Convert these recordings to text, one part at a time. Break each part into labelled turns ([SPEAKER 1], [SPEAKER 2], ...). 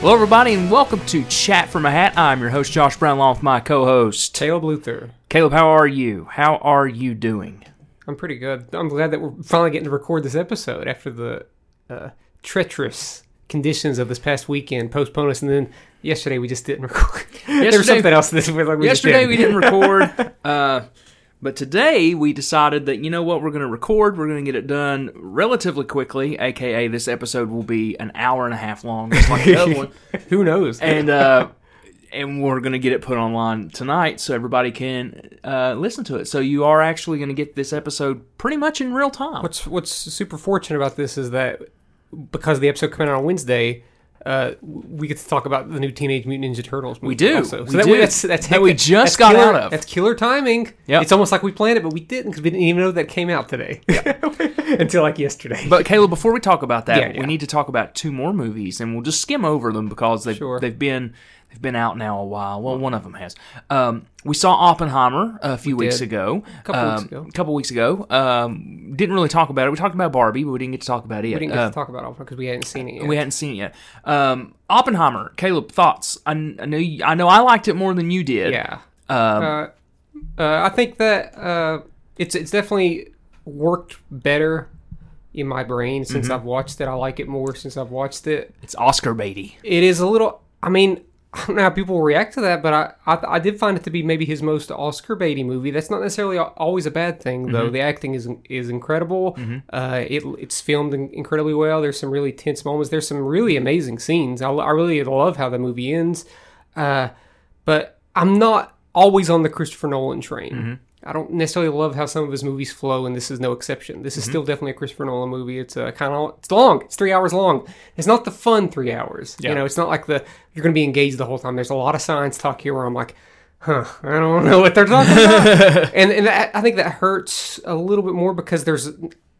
[SPEAKER 1] Hello, everybody, and welcome to Chat from a Hat. I'm your host, Josh Brown, along with my co host,
[SPEAKER 2] Caleb Luther.
[SPEAKER 1] Caleb. How are you? How are you doing?
[SPEAKER 2] I'm pretty good. I'm glad that we're finally getting to record this episode after the uh, treacherous conditions of this past weekend postponed us, and then yesterday we just didn't record. there
[SPEAKER 1] Yesterday-
[SPEAKER 2] was something else this week. Like we just
[SPEAKER 1] Yesterday
[SPEAKER 2] did.
[SPEAKER 1] we didn't record, uh, but today we decided that you know what, we're going to record. We're going to get it done relatively quickly. AKA, this episode will be an hour and a half long, just like the other one,
[SPEAKER 2] Who knows?
[SPEAKER 1] and uh, and we're going to get it put online tonight so everybody can uh, listen to it. So you are actually going to get this episode pretty much in real time.
[SPEAKER 2] what's what's super fortunate about this is that because the episode coming out on Wednesday. Uh, we get to talk about the new Teenage Mutant Ninja Turtles. Movie
[SPEAKER 1] do.
[SPEAKER 2] Also.
[SPEAKER 1] We
[SPEAKER 2] So that
[SPEAKER 1] do.
[SPEAKER 2] Way, that's that's
[SPEAKER 1] That we
[SPEAKER 2] heck-
[SPEAKER 1] just
[SPEAKER 2] that's
[SPEAKER 1] got
[SPEAKER 2] killer,
[SPEAKER 1] out of.
[SPEAKER 2] That's killer timing.
[SPEAKER 1] Yep.
[SPEAKER 2] It's almost like we planned it, but we didn't because we didn't even know that came out today until like yesterday.
[SPEAKER 1] But Caleb, before we talk about that,
[SPEAKER 2] Yeah, yeah.
[SPEAKER 1] we need to talk about two more movies, and we'll just skim over them because they've
[SPEAKER 2] Sure.
[SPEAKER 1] they've been they've been out now a while. Well, one of them has. Um, we saw Oppenheimer a few weeks
[SPEAKER 2] did.
[SPEAKER 1] ago. A
[SPEAKER 2] Couple
[SPEAKER 1] um,
[SPEAKER 2] weeks ago.
[SPEAKER 1] A couple weeks ago. Um, didn't really talk about it. We talked about Barbie, but we didn't get to talk about it.
[SPEAKER 2] We didn't get
[SPEAKER 1] Uh,
[SPEAKER 2] to talk about Oppenheimer because we hadn't seen it yet.
[SPEAKER 1] we hadn't seen it yet. Um, Oppenheimer, Caleb, thoughts? I, I know you, I know I liked it more than you did.
[SPEAKER 2] yeah,
[SPEAKER 1] Um,
[SPEAKER 2] uh, uh, I think that uh, it's it's definitely worked better in my brain since
[SPEAKER 1] Mm-hmm.
[SPEAKER 2] I've watched it. I like it more since I've watched it.
[SPEAKER 1] it's Oscar baity.
[SPEAKER 2] It is a little. I mean, I don't know how people react to that, but I I, I did find it to be maybe his most Oscar baity movie. That's not necessarily al- always a bad thing, though. The acting is is incredible. Uh, it it's filmed in, incredibly well. There's some really tense moments. There's some really amazing scenes. I, I really love how the movie ends. Uh, but I'm not always on the Christopher Nolan train. I don't necessarily love how some of his movies flow, and this is no exception. This is still definitely a Christopher Nolan movie. It's uh, kind of it's long. It's three hours long. It's not the fun three hours. You know, it's not like the you're going to be engaged the whole time. There's a lot of science talk here where I'm like, huh, I don't know what they're talking about, and and I I think that hurts a little bit more because there's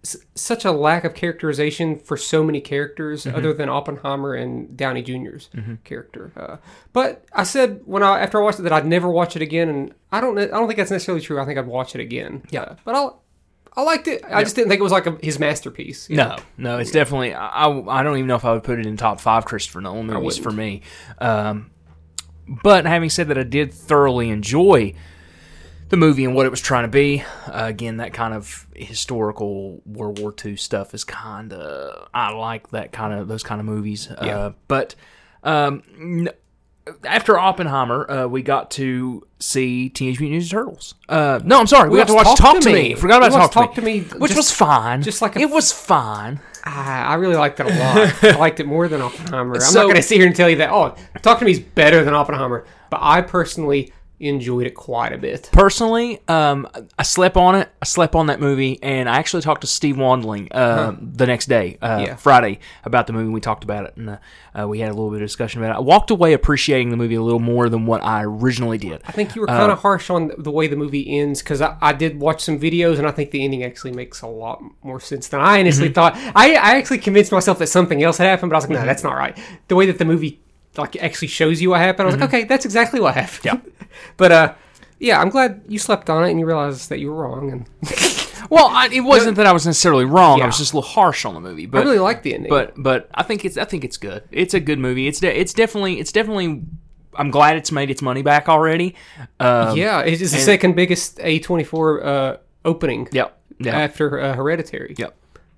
[SPEAKER 2] s- such a lack of characterization for so many characters other than Oppenheimer and Downey juniors character. Uh, but I said when I after I watched it that I'd never watch it again, and I don't ne- I don't think that's necessarily true. I think I'd watch it again. Yeah, but I I liked it. I just didn't think it was like a, his masterpiece. you know?
[SPEAKER 1] No, no, it's definitely. I, I I don't even know if I would put it in top five Christopher Nolan movies for me. Um, but having said that, I did thoroughly enjoy the movie and what it was trying to be. Uh, again, that kind of historical World War II stuff is kind of. I like that kind of those kind of movies. Uh, but um, n- after Oppenheimer, uh, we got to see Teenage Mutant Ninja Turtles. Uh, no, I'm sorry, we, got to watch Talk, to Me. Forgot about
[SPEAKER 2] We
[SPEAKER 1] Talk,
[SPEAKER 2] watched
[SPEAKER 1] to
[SPEAKER 2] Talk
[SPEAKER 1] Me,
[SPEAKER 2] to Me
[SPEAKER 1] which
[SPEAKER 2] just-
[SPEAKER 1] was fine.
[SPEAKER 2] just like a-
[SPEAKER 1] it was fine.
[SPEAKER 2] I, I really liked it a lot. I liked it more than Oppenheimer. I'm
[SPEAKER 1] So-
[SPEAKER 2] not going to sit here and tell you that. Oh, Talk to Me is better than Oppenheimer, but I personally enjoyed it quite a bit.
[SPEAKER 1] personally, um, I slept on it. I slept on that movie, and I actually talked to Steve Wandling uh, the next day, uh,
[SPEAKER 2] Yeah.
[SPEAKER 1] Friday, about the movie. We talked about it, and uh, uh, we had a little bit of discussion about it. I walked away appreciating the movie a little more than what I originally did.
[SPEAKER 2] I think you were kind
[SPEAKER 1] Um,
[SPEAKER 2] of harsh on the way the movie ends because I, I did watch some videos and I think the ending actually makes a lot more sense than I
[SPEAKER 1] Mm-hmm.
[SPEAKER 2] honestly thought. I, I actually convinced myself that something else had happened, but I was like, no, that's not right. The way that the movie like actually shows you what happened, I was
[SPEAKER 1] Mm-hmm.
[SPEAKER 2] like, okay, that's exactly what happened. Yeah. but uh, yeah, I'm glad you slept on it and you realized that you were wrong. And
[SPEAKER 1] Well, I, it wasn't that I was necessarily wrong. I
[SPEAKER 2] Yeah.
[SPEAKER 1] was just a little harsh on the movie,
[SPEAKER 2] I
[SPEAKER 1] but.
[SPEAKER 2] really liked the ending.
[SPEAKER 1] but but I think it's I think it's good. It's a good movie. It's de- it's definitely it's definitely. I'm glad it's made its money back already. Um,
[SPEAKER 2] yeah, it's the second biggest A24 uh, opening
[SPEAKER 1] Yep. Yeah.
[SPEAKER 2] after uh, Hereditary.
[SPEAKER 1] yep.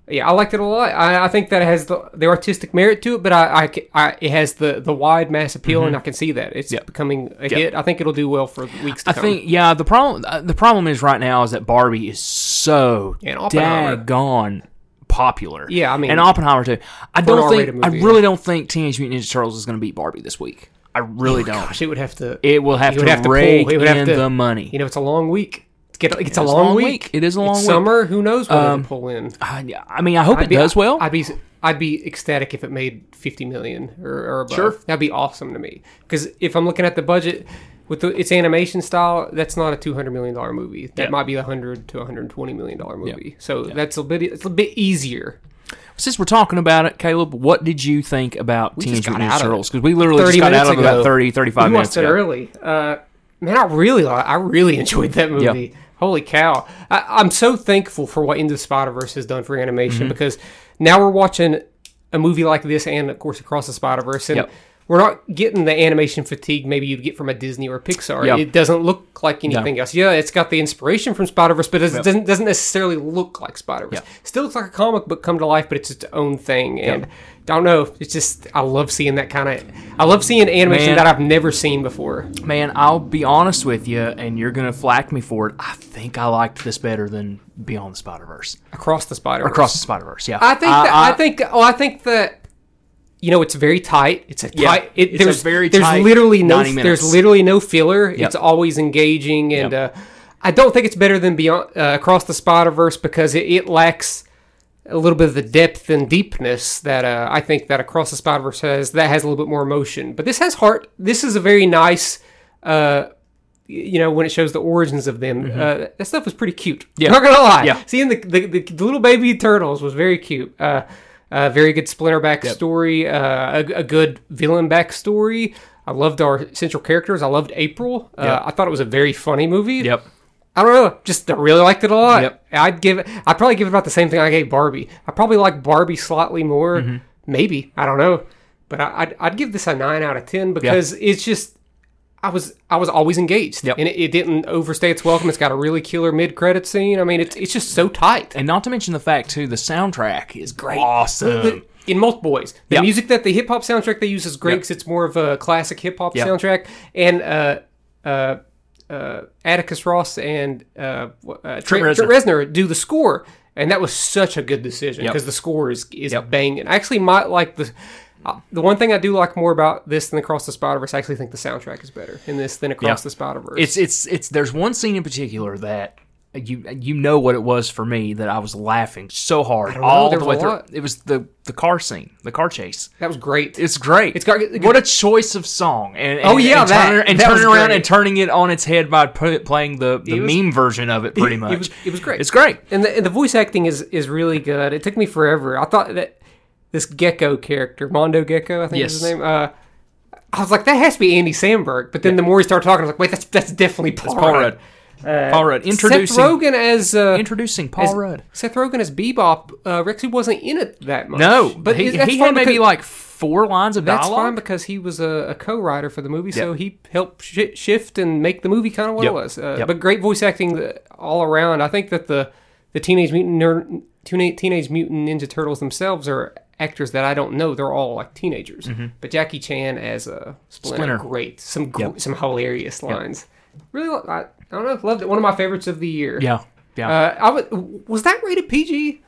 [SPEAKER 2] Yeah, I liked it a lot. I, I think that it has the, the artistic merit to it, but I, I c- I- it has the, the wide mass appeal, and I can see that it's
[SPEAKER 1] Mm-hmm. Yep.
[SPEAKER 2] becoming a hit. I think it'll do well for weeks to
[SPEAKER 1] I
[SPEAKER 2] come.
[SPEAKER 1] think yeah. The problem uh, the problem is right now is that Barbie is so
[SPEAKER 2] And Oppenheimer.
[SPEAKER 1] daggone popular.
[SPEAKER 2] Yeah, I mean-
[SPEAKER 1] and Oppenheimer too. I
[SPEAKER 2] an
[SPEAKER 1] don't
[SPEAKER 2] R-rated
[SPEAKER 1] think I
[SPEAKER 2] movie.
[SPEAKER 1] really don't think Teenage Mutant Ninja Turtles is going to beat Barbie this week. I really don't.
[SPEAKER 2] Gosh, it would have to.
[SPEAKER 1] It will have
[SPEAKER 2] It
[SPEAKER 1] to
[SPEAKER 2] would have to pull.
[SPEAKER 1] rake
[SPEAKER 2] It would
[SPEAKER 1] in
[SPEAKER 2] have to-
[SPEAKER 1] the money.
[SPEAKER 2] you know, it's a long week. It's, get, it's a
[SPEAKER 1] is a
[SPEAKER 2] long,
[SPEAKER 1] long
[SPEAKER 2] week.
[SPEAKER 1] week. It is a long
[SPEAKER 2] It's
[SPEAKER 1] week. Um,
[SPEAKER 2] Summer. Who knows when it'll pull in?
[SPEAKER 1] I, I mean, I hope it does well.
[SPEAKER 2] I'd be I'd be ecstatic if it made fifty million or, or above.
[SPEAKER 1] Sure.
[SPEAKER 2] that'd be awesome to me. Because if I'm looking at the budget with the, its animation style, that's not a two hundred million dollar movie. That
[SPEAKER 1] Yeah.
[SPEAKER 2] might be a hundred to one hundred twenty million dollar movie. So that's a bit it's a bit easier.
[SPEAKER 1] Since we're talking about it, Caleb, what did you think about Teenage
[SPEAKER 2] got
[SPEAKER 1] Mutant Ninja
[SPEAKER 2] out of it
[SPEAKER 1] Turtles? Because we literally just
[SPEAKER 2] 30
[SPEAKER 1] got out
[SPEAKER 2] minutes
[SPEAKER 1] of it about
[SPEAKER 2] ago.
[SPEAKER 1] 30, 35
[SPEAKER 2] We
[SPEAKER 1] minutes
[SPEAKER 2] watched it
[SPEAKER 1] ago.
[SPEAKER 2] early. Uh, man, I really li- I really enjoyed that movie. Holy cow! I, I'm so thankful for what Into the Spider Verse has done for
[SPEAKER 1] Mm-hmm.
[SPEAKER 2] animation because now we're watching a movie like this and of course across the Spider Verse and.
[SPEAKER 1] Yep.
[SPEAKER 2] we're not getting the animation fatigue maybe you'd get from a Disney or a Pixar.
[SPEAKER 1] Yeah.
[SPEAKER 2] It doesn't look like anything else. Yeah, it's got the inspiration from Spider Verse, but it
[SPEAKER 1] Yep.
[SPEAKER 2] doesn't doesn't necessarily look like Spider Verse.
[SPEAKER 1] Yeah.
[SPEAKER 2] Still looks like a comic book come to life, but it's its own thing. And I don't know. It's just I love seeing that kind of. I love seeing animation
[SPEAKER 1] Man.
[SPEAKER 2] that I've never seen before.
[SPEAKER 1] Man, I'll be honest with you, and you're gonna flack me for it. I think I liked this better than Beyond the Spider Verse,
[SPEAKER 2] Across the Spider Verse.
[SPEAKER 1] Across the Spider Verse. Yeah,
[SPEAKER 2] I think.
[SPEAKER 1] I,
[SPEAKER 2] that, I,
[SPEAKER 1] I-
[SPEAKER 2] think. Oh, I think that. You know, it's very tight. It's a tight.
[SPEAKER 1] Yeah.
[SPEAKER 2] it,
[SPEAKER 1] It's a
[SPEAKER 2] there's
[SPEAKER 1] very
[SPEAKER 2] there's
[SPEAKER 1] tight
[SPEAKER 2] literally no
[SPEAKER 1] 90 minutes.
[SPEAKER 2] there's literally no filler. It's always engaging, and uh, I don't think it's better than Beyond uh, Across the Spider Verse because it, it lacks a little bit of the depth and deepness that uh, I think that Across the Spider Verse has. That has a little bit more emotion, but this has heart. This is a very nice. Uh, you know when it shows the origins of them, uh, that stuff was pretty cute.
[SPEAKER 1] Mm-hmm. Yeah.
[SPEAKER 2] Not gonna lie.
[SPEAKER 1] Yeah.
[SPEAKER 2] Seeing the, the, the, the little baby turtles was very cute. Uh, uh, very good Splinter backstory. Uh, a, a good villain backstory. I loved our central characters. I loved April. Uh,
[SPEAKER 1] Yep.
[SPEAKER 2] I thought it was a very funny movie.
[SPEAKER 1] yep.
[SPEAKER 2] I don't know. Just I really liked it a lot.
[SPEAKER 1] Yep.
[SPEAKER 2] I'd give. it- I'd probably give it about the same thing I gave Barbie. I probably like Barbie slightly more.
[SPEAKER 1] Mm-hmm.
[SPEAKER 2] Maybe I don't know, but I, I'd, I'd give this a nine out of ten because it's just. I was I was always engaged,
[SPEAKER 1] Yep.
[SPEAKER 2] and it, it didn't overstay its welcome. It's got a really killer mid credit scene. I mean, it's it's just so tight.
[SPEAKER 1] And not to mention the fact too, the soundtrack is great. Awesome.
[SPEAKER 2] in multiple ways. The
[SPEAKER 1] Yeah.
[SPEAKER 2] music that the hip hop soundtrack they use is great 'cause it's more of a classic hip hop
[SPEAKER 1] Yeah.
[SPEAKER 2] soundtrack. And uh, uh, uh, Atticus Ross and uh, wh- uh, Trent,
[SPEAKER 1] Reznor.
[SPEAKER 2] Trent Reznor do the score, and that was such a good decision because the score is is banging. I actually might like the. Uh, the one thing I do like more about this than Across the Spider Verse, I actually think the soundtrack is better in this than Across
[SPEAKER 1] Yeah.
[SPEAKER 2] the Spider Verse.
[SPEAKER 1] It's it's it's. There's one scene in particular that you you know what it was for me that I was laughing so hard
[SPEAKER 2] know,
[SPEAKER 1] all
[SPEAKER 2] there
[SPEAKER 1] the way
[SPEAKER 2] was a
[SPEAKER 1] through.
[SPEAKER 2] lot.
[SPEAKER 1] It was the the car scene, the car chase.
[SPEAKER 2] that was great.
[SPEAKER 1] It's great.
[SPEAKER 2] It's got- it-
[SPEAKER 1] what a choice of song. And, and-
[SPEAKER 2] Oh, yeah,
[SPEAKER 1] and
[SPEAKER 2] that-
[SPEAKER 1] turn, and
[SPEAKER 2] that
[SPEAKER 1] turning
[SPEAKER 2] was
[SPEAKER 1] around
[SPEAKER 2] great.
[SPEAKER 1] and turning it on its head by put, playing the, the
[SPEAKER 2] was-
[SPEAKER 1] meme version of it. Pretty much,
[SPEAKER 2] was- it was great.
[SPEAKER 1] It's great.
[SPEAKER 2] and the, and the voice acting is is really good. It took me forever. I thought that this gecko character, Mondo Gecko, I think is his
[SPEAKER 1] Yes.
[SPEAKER 2] name. Uh, I was like, that has to be Andy Samberg. But then the more he started talking, I was like, wait, that's that's definitely Paul,
[SPEAKER 1] Paul
[SPEAKER 2] Rudd.
[SPEAKER 1] Rudd. Paul Rudd introducing
[SPEAKER 2] Uh, Seth Rogen as uh,
[SPEAKER 1] introducing Paul
[SPEAKER 2] as-
[SPEAKER 1] Rudd.
[SPEAKER 2] Seth Rogen as Bebop. Uh, Rexy wasn't in it that much.
[SPEAKER 1] No,
[SPEAKER 2] but
[SPEAKER 1] but he,
[SPEAKER 2] is- that's
[SPEAKER 1] he
[SPEAKER 2] fine
[SPEAKER 1] had maybe
[SPEAKER 2] because-
[SPEAKER 1] like four lines of
[SPEAKER 2] That's fine
[SPEAKER 1] dialogue.
[SPEAKER 2] because he was a, a co-writer for the movie, so he helped shi shift and make the movie kind of what
[SPEAKER 1] Yep.
[SPEAKER 2] it was. Uh,
[SPEAKER 1] Yep.
[SPEAKER 2] But great voice acting uh, all around. I think that the the teenage mutant Ner- Teenage Teenage Mutant Ninja Turtles themselves are actors that I don't know. They're all like teenagers. But Jackie Chan as a
[SPEAKER 1] Mm-hmm.
[SPEAKER 2] Splinter,
[SPEAKER 1] Splinter.
[SPEAKER 2] great. Some gr- some hilarious lines. Really, lo- I, I don't know. Loved it. One of my favorites of the year.
[SPEAKER 1] Yeah, yeah.
[SPEAKER 2] Uh, I w- was that rated PG?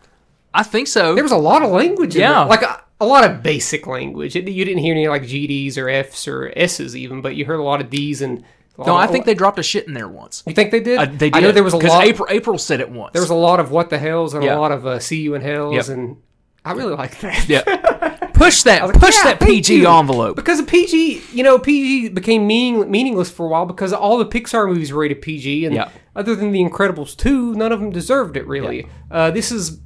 [SPEAKER 1] I think so.
[SPEAKER 2] There was a lot of language.
[SPEAKER 1] Yeah.
[SPEAKER 2] in there. like a, a lot of basic language. It, you didn't hear any like GDs or Fs or Ss even, but you heard a lot of Ds and.
[SPEAKER 1] no, I think they dropped a shit in there once.
[SPEAKER 2] You think they did?
[SPEAKER 1] Uh, they did.
[SPEAKER 2] I know there was a
[SPEAKER 1] 'Cause
[SPEAKER 2] lot.
[SPEAKER 1] April, April said it once.
[SPEAKER 2] there was a lot of what the hells and
[SPEAKER 1] Yeah.
[SPEAKER 2] a lot of uh, see you in hells
[SPEAKER 1] Yep.
[SPEAKER 2] and. I really like that.
[SPEAKER 1] yeah. Push that. push
[SPEAKER 2] Yeah,
[SPEAKER 1] that
[SPEAKER 2] thank
[SPEAKER 1] PG
[SPEAKER 2] you.
[SPEAKER 1] envelope.
[SPEAKER 2] Because of PG, you know, PG became meaning, meaningless for a while because all the Pixar movies were rated PG, and
[SPEAKER 1] Yeah.
[SPEAKER 2] other than The Incredibles 2, none of them deserved it really. Uh, this is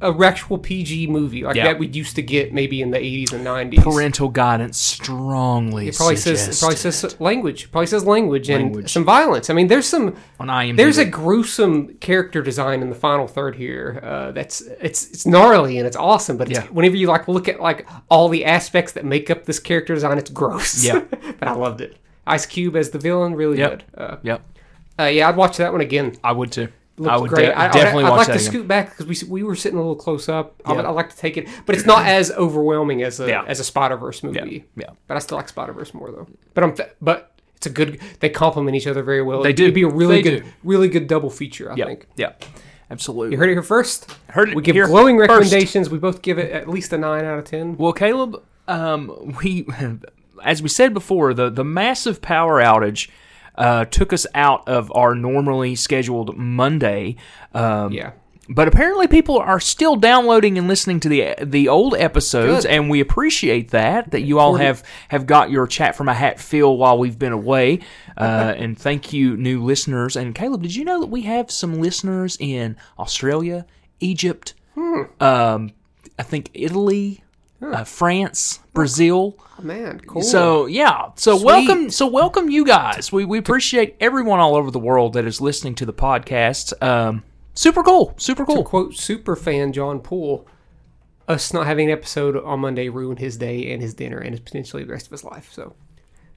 [SPEAKER 2] a actual PG movie like
[SPEAKER 1] Yeah.
[SPEAKER 2] that we used to get maybe in the 80s and 90s.
[SPEAKER 1] Parental guidance strongly
[SPEAKER 2] It probably says it
[SPEAKER 1] suggests
[SPEAKER 2] probably says language. It probably says language and
[SPEAKER 1] Language.
[SPEAKER 2] some violence. I mean, there's some
[SPEAKER 1] on IMDb.
[SPEAKER 2] there's a gruesome character design in the final third here. Uh, that's it's it's gnarly and it's awesome, but it's,
[SPEAKER 1] Yeah.
[SPEAKER 2] whenever you like look at like all the aspects that make up this character design, it's gross.
[SPEAKER 1] Yeah.
[SPEAKER 2] but I loved it. Ice Cube as the villain, really
[SPEAKER 1] Yep.
[SPEAKER 2] good. Uh,
[SPEAKER 1] Yep,
[SPEAKER 2] uh, yeah, I'd watch that one again.
[SPEAKER 1] I would too.
[SPEAKER 2] Looks
[SPEAKER 1] I would
[SPEAKER 2] great.
[SPEAKER 1] de-
[SPEAKER 2] I, I-
[SPEAKER 1] definitely
[SPEAKER 2] I'd,
[SPEAKER 1] watch
[SPEAKER 2] like
[SPEAKER 1] that
[SPEAKER 2] to
[SPEAKER 1] again.
[SPEAKER 2] scoot back because we s- we were sitting a little close up. I would,
[SPEAKER 1] Yeah.
[SPEAKER 2] I'd like to take it, but it's not as overwhelming as a
[SPEAKER 1] Yeah.
[SPEAKER 2] as a Spider Verse movie.
[SPEAKER 1] Yeah. Yeah.
[SPEAKER 2] but I still like Spider Verse more though. But I'm th- but it's a good. They complement each other very well.
[SPEAKER 1] They
[SPEAKER 2] It'd
[SPEAKER 1] do.
[SPEAKER 2] be a really
[SPEAKER 1] They
[SPEAKER 2] good,
[SPEAKER 1] do.
[SPEAKER 2] really good double feature. I
[SPEAKER 1] Yeah,
[SPEAKER 2] think
[SPEAKER 1] yeah, absolutely.
[SPEAKER 2] you heard it here first.
[SPEAKER 1] Heard it
[SPEAKER 2] we give
[SPEAKER 1] here
[SPEAKER 2] glowing
[SPEAKER 1] first.
[SPEAKER 2] recommendations. We both give it at least a nine out of ten.
[SPEAKER 1] Well, Caleb, um, we, as we said before, the the massive power outage uh, took us out of our normally scheduled Monday. Um,
[SPEAKER 2] Yeah.
[SPEAKER 1] But apparently, people are still downloading and listening to the the old episodes,
[SPEAKER 2] Good.
[SPEAKER 1] and we appreciate that that you all have have got your chat from a hat feel while we've been away. Uh, and thank you, new listeners. And Caleb, did you know that we have some listeners in Australia, Egypt,
[SPEAKER 2] Hmm.
[SPEAKER 1] um, I think Italy, uh, France, Brazil.
[SPEAKER 2] Oh, man, cool.
[SPEAKER 1] So yeah, so welcome, so welcome you guys. We we appreciate everyone all over the world that is listening to the podcast. Um, super cool, super cool.
[SPEAKER 2] quote super fan John Poole. us not having an episode on Monday ruined his day and his dinner and his potentially the rest of his life. So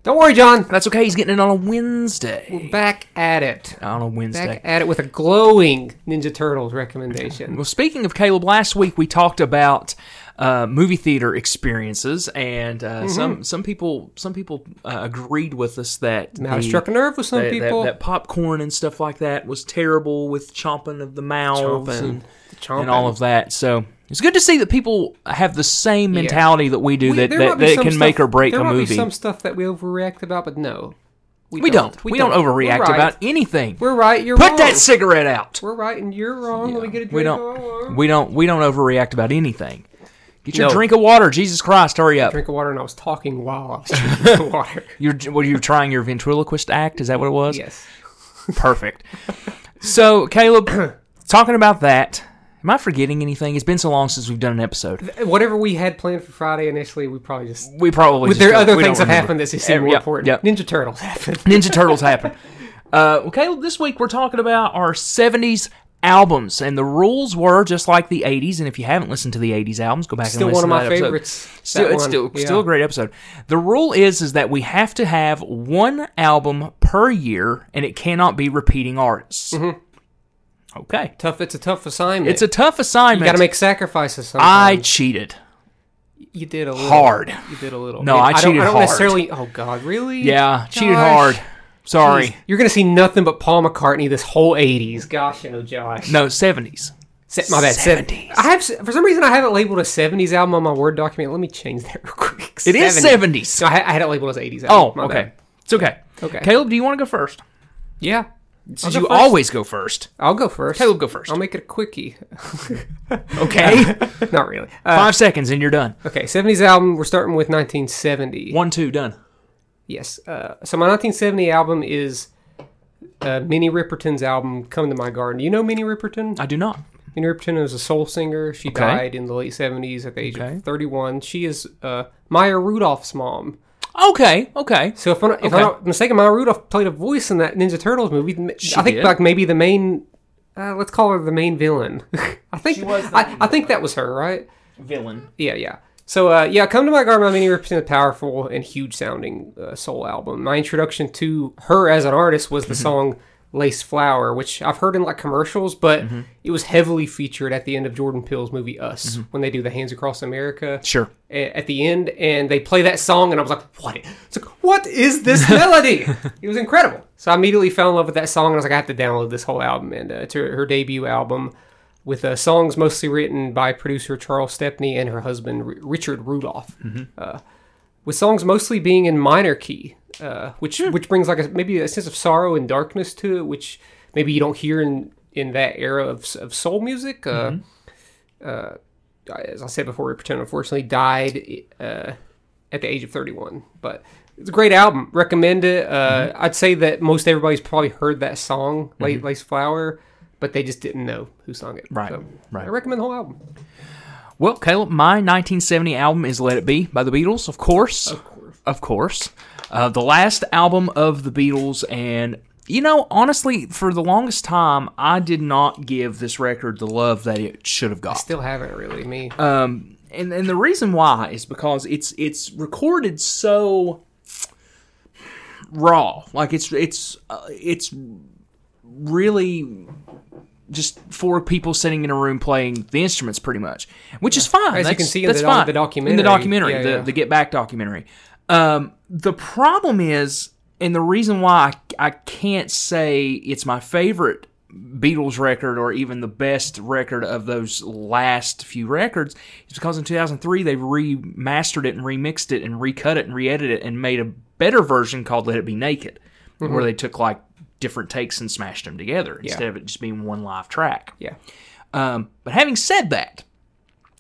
[SPEAKER 2] don't worry, John.
[SPEAKER 1] That's okay. He's getting it on a Wednesday.
[SPEAKER 2] Back at it.
[SPEAKER 1] On a Wednesday.
[SPEAKER 2] Back at it with a glowing Ninja Turtles recommendation.
[SPEAKER 1] Well, speaking of Caleb, last week we talked about uh, movie theater experiences, and uh,
[SPEAKER 2] Mm-hmm.
[SPEAKER 1] some some people some people uh, agreed with us that
[SPEAKER 2] Now, I
[SPEAKER 1] the-
[SPEAKER 2] struck a nerve with some
[SPEAKER 1] that, that-
[SPEAKER 2] people.
[SPEAKER 1] that popcorn and stuff like that was terrible with chomping of the mouth and,
[SPEAKER 2] Chomping.
[SPEAKER 1] and all of that. So it's good to see that people have the same mentality that we do
[SPEAKER 2] We-
[SPEAKER 1] that
[SPEAKER 2] there
[SPEAKER 1] that,
[SPEAKER 2] might be
[SPEAKER 1] that it
[SPEAKER 2] some
[SPEAKER 1] can make
[SPEAKER 2] stuff-
[SPEAKER 1] or break
[SPEAKER 2] there
[SPEAKER 1] a
[SPEAKER 2] might be
[SPEAKER 1] movie.
[SPEAKER 2] some stuff that we overreact about, but no,
[SPEAKER 1] we don't. We, don't,
[SPEAKER 2] We're
[SPEAKER 1] overreact
[SPEAKER 2] right.
[SPEAKER 1] about anything.
[SPEAKER 2] We're right. You're
[SPEAKER 1] Put
[SPEAKER 2] wrong.
[SPEAKER 1] that cigarette out.
[SPEAKER 2] We're right, and you're wrong. Let me get a drink.
[SPEAKER 1] We don't. We don't. We don't overreact about anything. Get your
[SPEAKER 2] No.
[SPEAKER 1] drink of water, Jesus Christ! Hurry up!
[SPEAKER 2] drink of water, and I was talking while I was drinking the water.
[SPEAKER 1] You're were you trying your ventriloquist act? Is that what it was?
[SPEAKER 2] Yes.
[SPEAKER 1] Perfect. So, Caleb, talking about that, am I forgetting anything? It's been so long since we've done an episode.
[SPEAKER 2] Uh, Whatever we had planned for Friday initially, we probably just.
[SPEAKER 1] We probably
[SPEAKER 2] But
[SPEAKER 1] just
[SPEAKER 2] there are
[SPEAKER 1] don't-
[SPEAKER 2] other
[SPEAKER 1] we don't
[SPEAKER 2] things that
[SPEAKER 1] remember.
[SPEAKER 2] happened that seem more
[SPEAKER 1] yeah,
[SPEAKER 2] important.
[SPEAKER 1] yeah.
[SPEAKER 2] Ninja Turtles happened.
[SPEAKER 1] Ninja Turtles happened. Uh, well, Caleb, this week we're talking about our '70s albums, and the rules were just like the '80s. And if you haven't listened to the '80s albums, go back
[SPEAKER 2] Still
[SPEAKER 1] and
[SPEAKER 2] one
[SPEAKER 1] listen
[SPEAKER 2] of
[SPEAKER 1] to
[SPEAKER 2] my
[SPEAKER 1] that episode.
[SPEAKER 2] favorites.
[SPEAKER 1] Still,
[SPEAKER 2] that
[SPEAKER 1] it's
[SPEAKER 2] one.
[SPEAKER 1] still
[SPEAKER 2] Yeah.
[SPEAKER 1] still a great episode. The rule is is that we have to have one album per year, and it cannot be repeating artists. Okay,
[SPEAKER 2] tough. It's a tough assignment.
[SPEAKER 1] it's a tough
[SPEAKER 2] Mm-hmm. You
[SPEAKER 1] assignment.
[SPEAKER 2] got to make sacrifices.
[SPEAKER 1] I
[SPEAKER 2] Sometimes.
[SPEAKER 1] cheated
[SPEAKER 2] you did a little
[SPEAKER 1] hard.
[SPEAKER 2] You did a little.
[SPEAKER 1] No, I
[SPEAKER 2] don't,
[SPEAKER 1] cheated
[SPEAKER 2] I don't
[SPEAKER 1] hard.
[SPEAKER 2] necessarily. Oh God, really?
[SPEAKER 1] Yeah, cheated
[SPEAKER 2] Gosh.
[SPEAKER 1] hard. Sorry.
[SPEAKER 2] Jeez, You're gonna see nothing but Paul McCartney this whole '80s. Gosh, oh Josh.
[SPEAKER 1] No, seventies.
[SPEAKER 2] Se- my bad.
[SPEAKER 1] 70s.
[SPEAKER 2] 70s. I have for some reason I have it labeled a '70s album on my Word document. Let me change that real quick.
[SPEAKER 1] It is seventies.
[SPEAKER 2] No, I, I had it labeled as '80s.
[SPEAKER 1] Oh,
[SPEAKER 2] Album. My
[SPEAKER 1] okay.
[SPEAKER 2] bad.
[SPEAKER 1] It's okay.
[SPEAKER 2] Okay.
[SPEAKER 1] Caleb, do you want to go first?
[SPEAKER 2] Yeah,
[SPEAKER 1] Since
[SPEAKER 2] go
[SPEAKER 1] you
[SPEAKER 2] first.
[SPEAKER 1] always go first.
[SPEAKER 2] I'll go first.
[SPEAKER 1] Caleb, go first.
[SPEAKER 2] I'll make it a quickie.
[SPEAKER 1] Okay.
[SPEAKER 2] Not really. Uh,
[SPEAKER 1] Five seconds and you're done.
[SPEAKER 2] okay, '70s album. We're starting with 1970.
[SPEAKER 1] One, two, done.
[SPEAKER 2] Yes. Uh, so my 1970 album is uh, Minnie Riperton's album, Come to My Garden. You know Minnie Riperton?
[SPEAKER 1] I do not.
[SPEAKER 2] Minnie Riperton was a soul singer. She died in the late 70s at the age
[SPEAKER 1] Okay.
[SPEAKER 2] of 31. She is uh, Maya Rudolph's mom.
[SPEAKER 1] Okay. Okay.
[SPEAKER 2] So if I'm, not- if I'm not mistaken, Maya Rudolph played a voice in that Ninja Turtles movie. M- I think
[SPEAKER 1] did?
[SPEAKER 2] like maybe the main, uh, let's call her the main villain. I think I, I think that was her, right?
[SPEAKER 1] Villain.
[SPEAKER 2] Yeah, yeah. So, uh, yeah, Come to My Garden by Minnie Riperton, a powerful and huge sounding uh, soul album. My introduction to her as an artist was
[SPEAKER 1] Mm-hmm.
[SPEAKER 2] the song Lace Flower, which I've heard in like commercials, but
[SPEAKER 1] Mm-hmm.
[SPEAKER 2] it was heavily featured at the end of Jordan Peele's movie Us when they do the Hands Across America
[SPEAKER 1] Sure.
[SPEAKER 2] a- at the end and they play that song and I was like, what? It's like, what is this melody? it was incredible. So I immediately fell in love with that song and I was like, I have to download this whole album. And uh, it's her, her debut album with uh, songs mostly written by producer Charles Stepney and her husband R- Richard Rudolph. Uh, with songs mostly being in minor key, uh, which
[SPEAKER 1] Hmm.
[SPEAKER 2] which brings like a, maybe a sense of sorrow and darkness to it, which maybe you don't hear in in that era of, s- of soul music. Uh,
[SPEAKER 1] Mm-hmm.
[SPEAKER 2] uh, as I said before, Riperton unfortunately died uh, at the age of 31. But it's a great album. Recommend it. Uh,
[SPEAKER 1] Mm-hmm.
[SPEAKER 2] I'd say that most everybody's probably heard that song, Late Lace Flower, but they just didn't know who sung it.
[SPEAKER 1] Right, right.
[SPEAKER 2] I recommend the whole album.
[SPEAKER 1] Well, Caleb, my 1970 album is Let It Be by the Beatles, of course. Of
[SPEAKER 2] course.
[SPEAKER 1] Of course. Uh, the last album of the Beatles. And, you know, honestly, for the longest time, I did not give this record the love that it should have got.
[SPEAKER 2] Still haven't really. Me.
[SPEAKER 1] Um, and, and the reason why is because it's it's recorded so raw. Like it's it's uh, it's really just four people sitting in a room playing the instruments, pretty much, which is fine.
[SPEAKER 2] As you
[SPEAKER 1] that's,
[SPEAKER 2] can see in
[SPEAKER 1] that's
[SPEAKER 2] the doc-
[SPEAKER 1] fine.
[SPEAKER 2] the
[SPEAKER 1] in the
[SPEAKER 2] documentary.
[SPEAKER 1] documentary,
[SPEAKER 2] Yeah,
[SPEAKER 1] the,
[SPEAKER 2] yeah.
[SPEAKER 1] the Get Back documentary. Um, the problem is, and the reason why I, I can't say it's my favorite Beatles record or even the best record of those last few records is because in 2003 they remastered it and remixed it and recut it and re-edited it and made a better version called Let It Be Naked, where they took like different takes and smashed them together instead of it just being one live track.
[SPEAKER 2] Yeah.
[SPEAKER 1] Um, but having said that,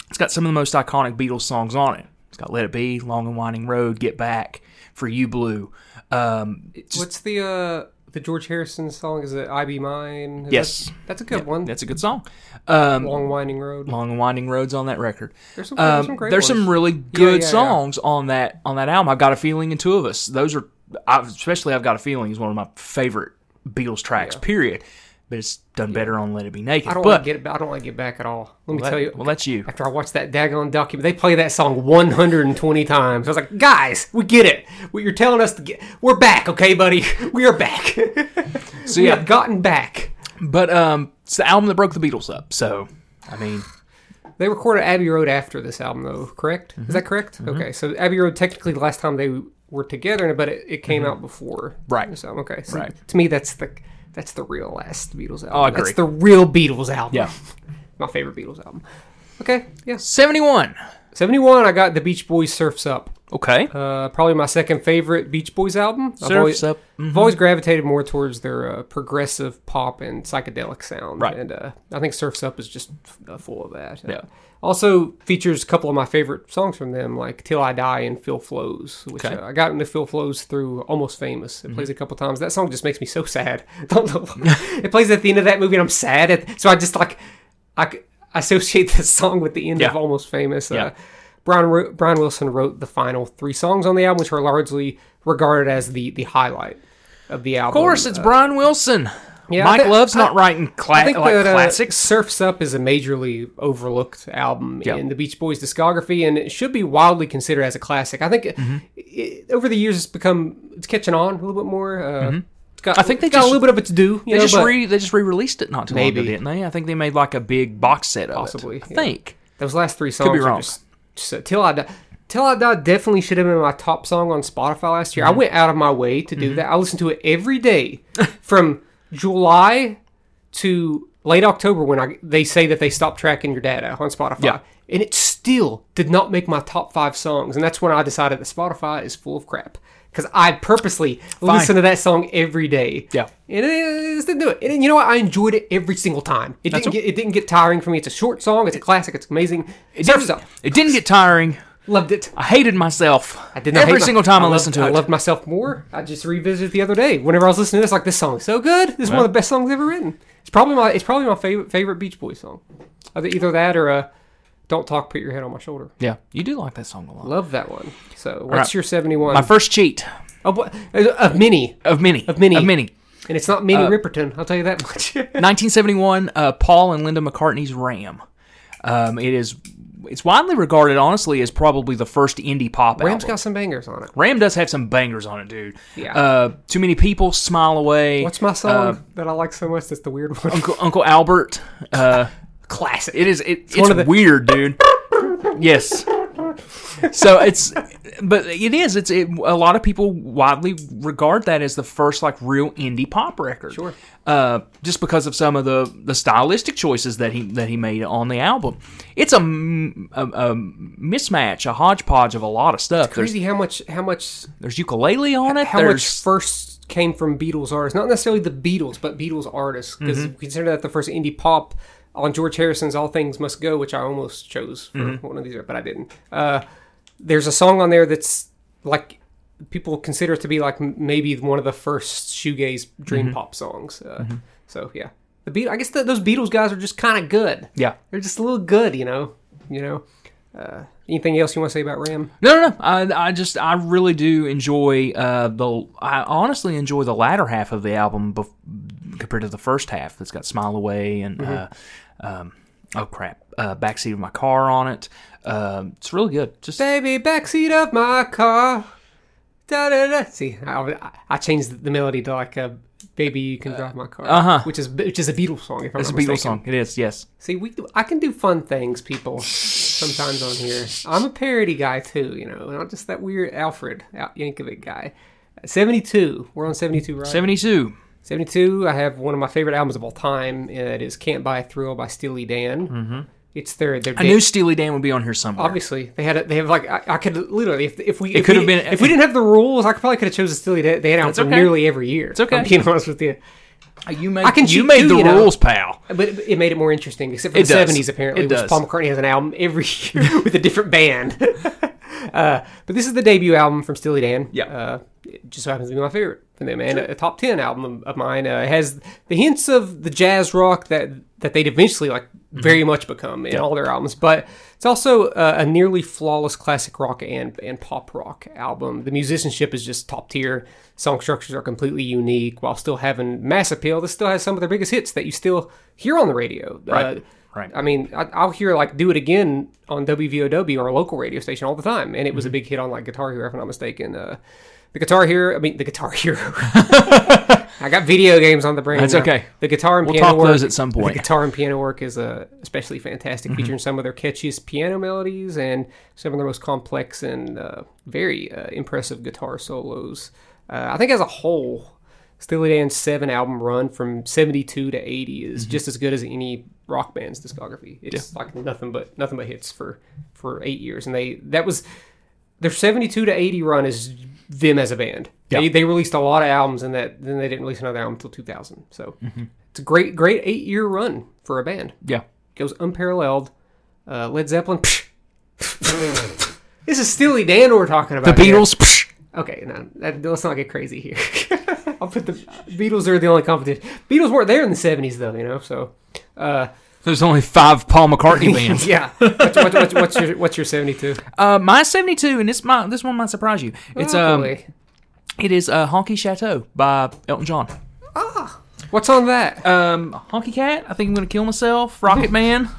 [SPEAKER 1] it's got some of the most iconic Beatles songs on it. It's got "Let It Be," "Long and Winding Road," "Get Back," "For You Blue." Um,
[SPEAKER 2] What's the uh, the George Harrison song? Is it I Be Mine? Is
[SPEAKER 1] Yes.
[SPEAKER 2] that- that's a good one.
[SPEAKER 1] that's a good song. Um,
[SPEAKER 2] Long Winding Road.
[SPEAKER 1] "Long and Winding Road's on that record.
[SPEAKER 2] There's some,
[SPEAKER 1] Um,
[SPEAKER 2] there's some great
[SPEAKER 1] there's
[SPEAKER 2] ones.
[SPEAKER 1] some really good
[SPEAKER 2] yeah, yeah.
[SPEAKER 1] songs on that on that album. I've got a feeling in two of us. Those are I've, especially I've got a feeling is one of my favorite Beatles tracks. Period. but it's done better on Let It Be Naked.
[SPEAKER 2] I don't
[SPEAKER 1] but
[SPEAKER 2] like get. I don't like get back at all. Let me
[SPEAKER 1] let-
[SPEAKER 2] tell you.
[SPEAKER 1] well, that's you.
[SPEAKER 2] After I watched that daggone document, they play that song 120 times. I was like, guys, we get it. What you're telling us to get, we're back, okay, buddy? We are back.
[SPEAKER 1] So
[SPEAKER 2] we
[SPEAKER 1] yeah,
[SPEAKER 2] have gotten back.
[SPEAKER 1] but um, it's the album that broke the Beatles up. So I mean,
[SPEAKER 2] They recorded Abbey Road after this album, though, correct? Is
[SPEAKER 1] Mm-hmm.
[SPEAKER 2] that correct? Okay, so Abbey Road, technically, the last time they were together, but it, it came out before.
[SPEAKER 1] Mm-hmm. Right.
[SPEAKER 2] So, okay. So
[SPEAKER 1] Right. Oh,
[SPEAKER 2] To me, that's the that's the real last Beatles album.
[SPEAKER 1] I agree.
[SPEAKER 2] That's the real Beatles album.
[SPEAKER 1] Yeah.
[SPEAKER 2] My favorite Beatles album. Okay, yeah.
[SPEAKER 1] seventy-one.
[SPEAKER 2] 71, I got the Beach Boys Surfs Up.
[SPEAKER 1] Okay.
[SPEAKER 2] Uh, probably my second favorite Beach Boys album.
[SPEAKER 1] Surf's
[SPEAKER 2] I've always,
[SPEAKER 1] up. Mm-hmm.
[SPEAKER 2] I've always gravitated more towards their uh, progressive pop and psychedelic sound.
[SPEAKER 1] Right.
[SPEAKER 2] And uh, I think Surf's Up is just f- uh, full of that. Uh,
[SPEAKER 1] Yeah.
[SPEAKER 2] also features a couple of my favorite songs from them, like Till I Die and Phil Flows, which
[SPEAKER 1] Okay. Mm-hmm.
[SPEAKER 2] uh, I got into Phil Flows through Almost Famous. It plays a couple times. That song just makes me so sad. Don't know. it plays at the end of that movie and I'm sad. At, so I just like, I c- I associate this song with the end of
[SPEAKER 1] Yeah.
[SPEAKER 2] Almost Famous.
[SPEAKER 1] Yeah.
[SPEAKER 2] Uh, Brian, Ro- Brian Wilson wrote the final three songs on the album, which are largely regarded as the, the highlight of the album.
[SPEAKER 1] Of course, it's Brian Wilson.
[SPEAKER 2] yeah, I
[SPEAKER 1] Mike
[SPEAKER 2] thi-
[SPEAKER 1] Love's not
[SPEAKER 2] I-
[SPEAKER 1] writing cla-
[SPEAKER 2] I think
[SPEAKER 1] like
[SPEAKER 2] that, uh,
[SPEAKER 1] classics.
[SPEAKER 2] Surfs Up is a majorly overlooked album
[SPEAKER 1] Yeah.
[SPEAKER 2] in the Beach Boys discography, and it should be wildly considered as a classic. I think
[SPEAKER 1] Mm-hmm.
[SPEAKER 2] it, over the years it's become it's catching on a little bit more. Uh, it's got,
[SPEAKER 1] Mm-hmm. I think they
[SPEAKER 2] it's got
[SPEAKER 1] just-
[SPEAKER 2] a little bit of its due. You
[SPEAKER 1] They
[SPEAKER 2] know,
[SPEAKER 1] just
[SPEAKER 2] but
[SPEAKER 1] re they just re-released it not too long ago,
[SPEAKER 2] Maybe.
[SPEAKER 1] didn't they? I think they made like a big box set of
[SPEAKER 2] Possibly,
[SPEAKER 1] it. I
[SPEAKER 2] yeah.
[SPEAKER 1] think.
[SPEAKER 2] those last three songs are
[SPEAKER 1] wrong.
[SPEAKER 2] just, just uh, till I die. Till I Die definitely should have been my top song on Spotify last year. I went out of my way to do that. I listened to it every day from July to late October when I they say that they stop tracking your data on Spotify.
[SPEAKER 1] Yeah.
[SPEAKER 2] And it still did not make my top five songs. And that's when I decided that Spotify is full of crap. Because I purposely listened to that song every day.
[SPEAKER 1] Yeah.
[SPEAKER 2] And it just didn't do it. And you know what? I enjoyed it every single time. It didn't get it didn't get tiring for me. It's a short song, it's a classic, it's amazing. It Surf's up.
[SPEAKER 1] It didn't get tiring.
[SPEAKER 2] Loved it.
[SPEAKER 1] I hated myself.
[SPEAKER 2] I did not
[SPEAKER 1] every
[SPEAKER 2] hate my-
[SPEAKER 1] single time I,
[SPEAKER 2] loved-
[SPEAKER 1] listened to
[SPEAKER 2] I
[SPEAKER 1] it.
[SPEAKER 2] loved myself more. I just revisited the other day. Whenever I was listening to this, like this song is so good. This is one of the best songs ever written. It's probably my it's probably my favorite favorite Beach Boys song. Either either that or uh, "Don't Talk, Put Your Head on My Shoulder."
[SPEAKER 1] yeah, you do like that song a lot.
[SPEAKER 2] Love that one. So what's
[SPEAKER 1] right.
[SPEAKER 2] your seventy one?
[SPEAKER 1] My first cheat
[SPEAKER 2] of, what- uh, of many,
[SPEAKER 1] of many of
[SPEAKER 2] many.
[SPEAKER 1] of many.
[SPEAKER 2] and it's not
[SPEAKER 1] Uh,
[SPEAKER 2] Minnie Riperton. I'll tell you that much.
[SPEAKER 1] 1971, uh, Paul and Linda McCartney's Ram. Um, it is it's widely regarded, honestly, as probably the first indie pop
[SPEAKER 2] Ram's
[SPEAKER 1] album.
[SPEAKER 2] got some bangers on it.
[SPEAKER 1] Ram does have some bangers on it, dude.
[SPEAKER 2] Yeah.
[SPEAKER 1] Uh, Too many people, Smile Away.
[SPEAKER 2] What's my song
[SPEAKER 1] Uh,
[SPEAKER 2] that I like so much? That's the weird one.
[SPEAKER 1] Uncle, Uncle Albert? Uh,
[SPEAKER 2] Classic.
[SPEAKER 1] It is. It, it's
[SPEAKER 2] one of the-
[SPEAKER 1] weird, dude. yes. So it's, but it is. It's it, a lot of people widely regard that as the first like real indie pop record.
[SPEAKER 2] Sure.
[SPEAKER 1] Uh, just because of some of the the stylistic choices that he that he made on the album, it's a, m- a- a mismatch, a hodgepodge of a lot of stuff. There's
[SPEAKER 2] Crazy how much how much
[SPEAKER 1] there's ukulele on it.
[SPEAKER 2] how much
[SPEAKER 1] there's
[SPEAKER 2] first came from Beatles artists, not necessarily the Beatles, but Beatles artists, because
[SPEAKER 1] Mm-hmm.
[SPEAKER 2] consider that the first indie pop on George Harrison's "All Things Must Go," which I almost chose for
[SPEAKER 1] Mm-hmm.
[SPEAKER 2] one of these, but I didn't. Uh, there's a song on there that's like people consider it to be like m- maybe one of the first shoegaze dream
[SPEAKER 1] Mm-hmm.
[SPEAKER 2] pop songs. Uh, So yeah, the Beat. I guess that those Beatles guys are just kind of good.
[SPEAKER 1] yeah.
[SPEAKER 2] They're just a little good, you know. You know. Uh, anything else you want to say about Ram?
[SPEAKER 1] No, no, no. I, I just, I really do enjoy uh, the. I honestly enjoy the latter half of the album bef- compared to the first half. That's got "Smile Away" and uh, um, oh crap, uh, "Backseat of My Car" on it. Um, it's really good. Just
[SPEAKER 2] Baby, backseat of my car. Da, da, da. See, I, I changed the melody to like a "Baby, you can drive my car,"
[SPEAKER 1] uh-huh.
[SPEAKER 2] which is which is a Beatles song. If I'm
[SPEAKER 1] it's a
[SPEAKER 2] not mistaken.
[SPEAKER 1] Beatles song. It is. Yes.
[SPEAKER 2] See, we do, I can do fun things, people. Sometimes on here, I'm a parody guy too. You know, not just that weird Alfred Al- Yankovic guy. Seventy-two. We're on seventy-two, right?
[SPEAKER 1] Seventy-two.
[SPEAKER 2] 72, I have one of my favorite albums of all time. It is Can't Buy a Thrill by Steely Dan. Mm-hmm. It's their, their
[SPEAKER 1] I knew Steely Dan would be on here somewhere.
[SPEAKER 2] Obviously, they had. A, they have like I, I could literally if, if we if
[SPEAKER 1] could
[SPEAKER 2] we
[SPEAKER 1] have
[SPEAKER 2] didn't-
[SPEAKER 1] been-
[SPEAKER 2] if we didn't have the rules, I could probably could have chosen Steely Dan. They had out for
[SPEAKER 1] okay.
[SPEAKER 2] nearly every year. It's
[SPEAKER 1] okay.
[SPEAKER 2] I'm being honest with you,
[SPEAKER 1] Uh, you made.
[SPEAKER 2] I can
[SPEAKER 1] you
[SPEAKER 2] cheat
[SPEAKER 1] made
[SPEAKER 2] too,
[SPEAKER 1] the
[SPEAKER 2] you know.
[SPEAKER 1] rules, pal.
[SPEAKER 2] but it, it made it more interesting. Except for
[SPEAKER 1] It
[SPEAKER 2] the
[SPEAKER 1] does.
[SPEAKER 2] seventies, apparently,
[SPEAKER 1] It
[SPEAKER 2] which
[SPEAKER 1] does.
[SPEAKER 2] Paul McCartney has an album every year with a different band. uh, but this is the debut album from Steely Dan.
[SPEAKER 1] Yeah.
[SPEAKER 2] uh, it just so happens to be my favorite from them, and a, a top ten album of, of mine. Uh, it has the hints of the jazz rock that that they'd eventually like
[SPEAKER 1] Mm-hmm.
[SPEAKER 2] very much become in all their albums. But it's also uh, a nearly flawless classic rock and and pop rock album. The musicianship is just top tier. Song structures are completely unique while still having mass appeal. This still has some of their biggest hits that you still hear on the radio.
[SPEAKER 1] Right.
[SPEAKER 2] Uh,
[SPEAKER 1] Right.
[SPEAKER 2] I mean, I, I'll hear like "Do It Again" on WVOW, our local radio station, all the time, and it
[SPEAKER 1] Mm-hmm.
[SPEAKER 2] was a big hit on like Guitar Hero, if I'm not mistaken. Uh, the Guitar Hero, I mean, the Guitar Hero. I got video games on the brain.
[SPEAKER 1] That's
[SPEAKER 2] now.
[SPEAKER 1] okay.
[SPEAKER 2] The guitar and
[SPEAKER 1] We'll
[SPEAKER 2] piano
[SPEAKER 1] talk
[SPEAKER 2] work,
[SPEAKER 1] those at some point. Mm-hmm.
[SPEAKER 2] The guitar and piano work is uh, especially fantastic, featuring some of their catchiest piano melodies and some of their most complex and uh, very uh, impressive guitar solos. Uh, I think as a whole, Steely Dan's seven album run from '72 to '80
[SPEAKER 1] Mm-hmm.
[SPEAKER 2] is just as good as any rock band's discography. It's like nothing but nothing but hits for for eight years, and they that was their 72 to 80 run is them as a band. They,
[SPEAKER 1] Yeah.
[SPEAKER 2] they released a lot of albums and that then they didn't release another album until 2000. So
[SPEAKER 1] Mm-hmm.
[SPEAKER 2] it's a great great 8 year run for a band.
[SPEAKER 1] Yeah.
[SPEAKER 2] Goes unparalleled. Uh, Led Zeppelin. this is Steely Dan we're talking about.
[SPEAKER 1] The
[SPEAKER 2] here.
[SPEAKER 1] Beatles. psh,
[SPEAKER 2] Okay, no, that, let's not get crazy here. I'll put the Beatles are the only competition. Beatles weren't there in the 70s though, you know. So uh,
[SPEAKER 1] There's only five Paul McCartney bands.
[SPEAKER 2] yeah. What's, what's, what's, what's your what's your 72?
[SPEAKER 1] Uh, my 72, and this my this one might surprise you. It's um,
[SPEAKER 2] Probably.
[SPEAKER 1] it is uh, Honky Chateau by Elton John.
[SPEAKER 2] What's on that?
[SPEAKER 1] Um, Honky Cat. I think I'm gonna kill myself. Rocket Man.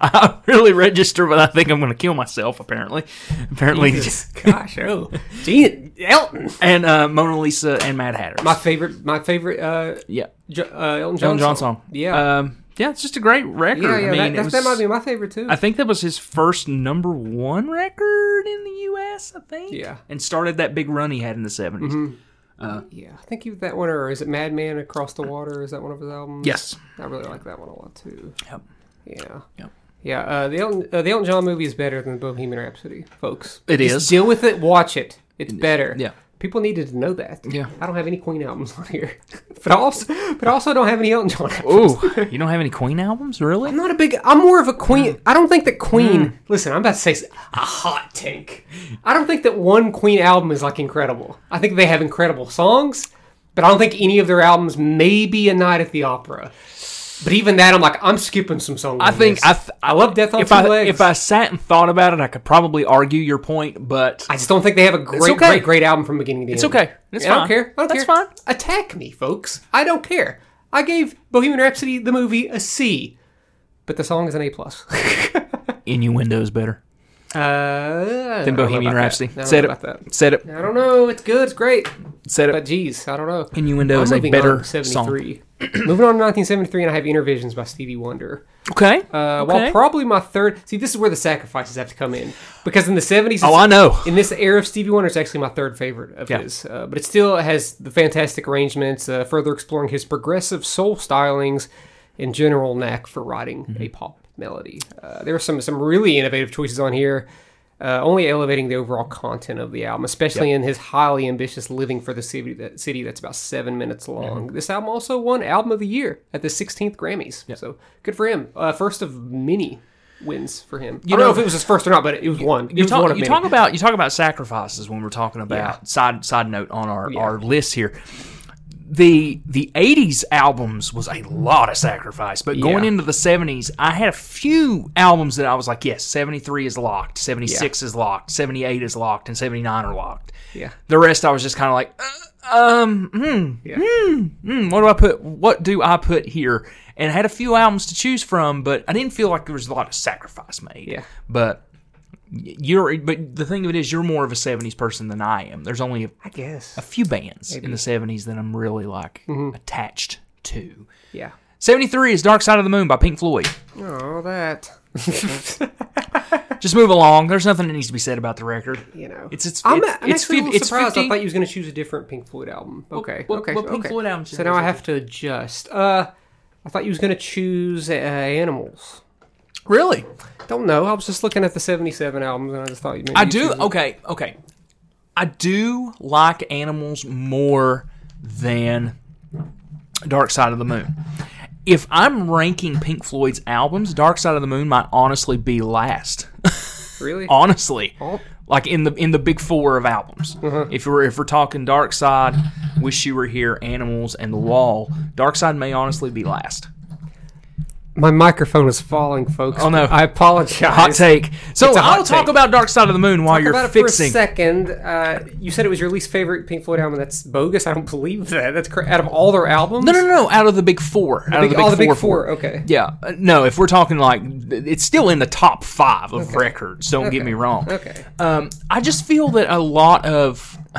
[SPEAKER 1] I really register, but I think I'm gonna kill myself. Apparently, apparently,
[SPEAKER 2] Jesus. Gosh, oh, Gee, Elton.
[SPEAKER 1] and uh, Mona Lisa and Mad Hatter.
[SPEAKER 2] My favorite, my favorite, uh,
[SPEAKER 1] yeah,
[SPEAKER 2] jo- uh Elton John,
[SPEAKER 1] Elton John song.
[SPEAKER 2] Yeah,
[SPEAKER 1] um, yeah, it's just a great record.
[SPEAKER 2] yeah, yeah.
[SPEAKER 1] I mean,
[SPEAKER 2] that,
[SPEAKER 1] it
[SPEAKER 2] that,
[SPEAKER 1] was-
[SPEAKER 2] that might be my favorite too.
[SPEAKER 1] I think that was his first number one record in the U.S. I think.
[SPEAKER 2] Yeah.
[SPEAKER 1] and started that big run he had in the 70s
[SPEAKER 2] yeah, I think you that one, or is it Madman Across the Water? Is that one of his albums?
[SPEAKER 1] Yes.
[SPEAKER 2] I really like that one a lot too.
[SPEAKER 1] Yep.
[SPEAKER 2] Yeah.
[SPEAKER 1] Yep.
[SPEAKER 2] Yeah, uh, the Elton, uh, the Elton John movie is better than Bohemian Rhapsody, folks.
[SPEAKER 1] It
[SPEAKER 2] It is.
[SPEAKER 1] is.
[SPEAKER 2] Deal with it. Watch it. It's better.
[SPEAKER 1] yeah.
[SPEAKER 2] People needed to know that.
[SPEAKER 1] Yeah.
[SPEAKER 2] I don't have any Queen albums on here, but I also, but I also don't have any Elton John. Albums.
[SPEAKER 1] Ooh, you don't have any Queen albums, really?
[SPEAKER 2] I'm not a big. I'm more of a
[SPEAKER 1] Mm.
[SPEAKER 2] Queen. I don't think that Queen. Listen, I'm about to say s- a hot take. I don't think that one Queen album is like incredible. I think they have incredible songs, but I don't think any of their albums. Maybe A Night at the Opera, but even that, I'm like, I'm skipping some songs.
[SPEAKER 1] I think I, th-
[SPEAKER 2] I love Death on
[SPEAKER 1] if
[SPEAKER 2] Two
[SPEAKER 1] I
[SPEAKER 2] Legs.
[SPEAKER 1] if I sat and thought about it, I could probably argue your point, but
[SPEAKER 2] I just don't think they have a great,
[SPEAKER 1] okay.
[SPEAKER 2] great, great album from beginning to end.
[SPEAKER 1] it's okay. It's
[SPEAKER 2] I
[SPEAKER 1] fine.
[SPEAKER 2] don't care. I don't
[SPEAKER 1] That's
[SPEAKER 2] care.
[SPEAKER 1] fine.
[SPEAKER 2] Attack me, folks. I don't care. I gave Bohemian Rhapsody the movie a C, but the song is an A plus.
[SPEAKER 1] Innuendo's better
[SPEAKER 2] Uh,
[SPEAKER 1] than Bohemian Rhapsody. Said it. Said it.
[SPEAKER 2] I don't know. It's good. It's great.
[SPEAKER 1] Said
[SPEAKER 2] But
[SPEAKER 1] it.
[SPEAKER 2] geez, I don't know.
[SPEAKER 1] Innuendo is a
[SPEAKER 2] moving
[SPEAKER 1] better
[SPEAKER 2] on to
[SPEAKER 1] song.
[SPEAKER 2] 73. moving on to 1973, and I have Inner Visions by Stevie Wonder.
[SPEAKER 1] Okay.
[SPEAKER 2] Uh,
[SPEAKER 1] Okay.
[SPEAKER 2] While probably my third. See, this is where the sacrifices have to come in because in the 70s,
[SPEAKER 1] oh,
[SPEAKER 2] it's-
[SPEAKER 1] I know.
[SPEAKER 2] in this era of Stevie Wonder, it's actually my third favorite of
[SPEAKER 1] Yeah.
[SPEAKER 2] his. Uh, but it still has the fantastic arrangements, uh, further exploring his progressive soul stylings and general knack for writing
[SPEAKER 1] Mm-hmm.
[SPEAKER 2] a pop melody. Uh, there are some some really innovative choices on here, uh, only elevating the overall content of the album, especially in his highly ambitious "Living for the City" that city that's about seven minutes
[SPEAKER 1] Mm-hmm.
[SPEAKER 2] long. This album also won Album of the Year at the 16th Grammys. So good for him. Uh, first of many. Wins for him. I don't know,
[SPEAKER 1] know-
[SPEAKER 2] if it was his first or not, but it was one. It
[SPEAKER 1] You
[SPEAKER 2] was one
[SPEAKER 1] talk,
[SPEAKER 2] of
[SPEAKER 1] you
[SPEAKER 2] many.
[SPEAKER 1] talk about you talk about sacrifices when we're talking about side side note on our, our list here. The the eighties albums was a lot of sacrifice, but going
[SPEAKER 2] Yeah.
[SPEAKER 1] into the seventies, I had a few albums that I was like, yes, seventy three is locked, seventy six is locked, seventy eight is locked, and seventy nine are locked.
[SPEAKER 2] Yeah.
[SPEAKER 1] The rest I was just kind of like, uh, um, hmm,
[SPEAKER 2] Yeah.
[SPEAKER 1] hmm, hmm, what do I put? What do I put here? And I had a few albums to choose from, but I didn't feel like there was a lot of sacrifice made.
[SPEAKER 2] Yeah.
[SPEAKER 1] But you're, but the thing of it is, you're more of a '70s person than I am. There's only a,
[SPEAKER 2] I guess.
[SPEAKER 1] a few bands in the '70s that I'm really like
[SPEAKER 2] Mm-hmm.
[SPEAKER 1] attached to.
[SPEAKER 2] Yeah.
[SPEAKER 1] '73 is "Dark Side of the Moon" by Pink Floyd.
[SPEAKER 2] Oh, that.
[SPEAKER 1] Just move along. There's nothing that needs to be said about the record.
[SPEAKER 2] You know.
[SPEAKER 1] It's it's
[SPEAKER 2] I'm,
[SPEAKER 1] it's, it's,
[SPEAKER 2] I'm actually a
[SPEAKER 1] fif-
[SPEAKER 2] little
[SPEAKER 1] it's
[SPEAKER 2] surprised.
[SPEAKER 1] 50.
[SPEAKER 2] I thought you was going to choose a different Pink Floyd album. Okay.
[SPEAKER 1] what-
[SPEAKER 2] okay.
[SPEAKER 1] what Pink
[SPEAKER 2] okay.
[SPEAKER 1] Floyd album should
[SPEAKER 2] So
[SPEAKER 1] I
[SPEAKER 2] now I
[SPEAKER 1] choose?
[SPEAKER 2] have to adjust. Uh, I thought you was going to choose uh, Animals.
[SPEAKER 1] really?
[SPEAKER 2] Don't know. I was just looking at the '77 albums, and I just thought you. Maybe
[SPEAKER 1] I
[SPEAKER 2] you
[SPEAKER 1] do.
[SPEAKER 2] choose-
[SPEAKER 1] Okay, okay. I do like animals more than Dark Side of the Moon. If I'm ranking Pink Floyd's albums, Dark Side of the Moon might honestly be last.
[SPEAKER 2] Really?
[SPEAKER 1] honestly,
[SPEAKER 2] Oh.
[SPEAKER 1] like in the in the big four of albums.
[SPEAKER 2] Uh-huh.
[SPEAKER 1] If we're if we're talking Dark Side, Wish You Were Here, Animals, and The Wall, Dark Side may honestly be last.
[SPEAKER 2] My microphone is falling, folks.
[SPEAKER 1] Oh, no.
[SPEAKER 2] I apologize.
[SPEAKER 1] Hot take. So
[SPEAKER 2] It's a hot
[SPEAKER 1] I'll talk
[SPEAKER 2] take.
[SPEAKER 1] about Dark Side of the Moon while
[SPEAKER 2] Talk
[SPEAKER 1] you're
[SPEAKER 2] about
[SPEAKER 1] fixing.
[SPEAKER 2] it for a second. Uh, you said it was your least favorite Pink Floyd album. That's bogus. I don't believe that. That's cra- out of all their albums.
[SPEAKER 1] no, no, no, no. Out of the big four. out of
[SPEAKER 2] Big,
[SPEAKER 1] the big
[SPEAKER 2] all
[SPEAKER 1] four.
[SPEAKER 2] the big four.
[SPEAKER 1] four.
[SPEAKER 2] Okay.
[SPEAKER 1] Yeah, uh, no. If we're talking like, it's still in the top five of records. Don't get me wrong.
[SPEAKER 2] Okay.
[SPEAKER 1] Um, I just feel that a lot of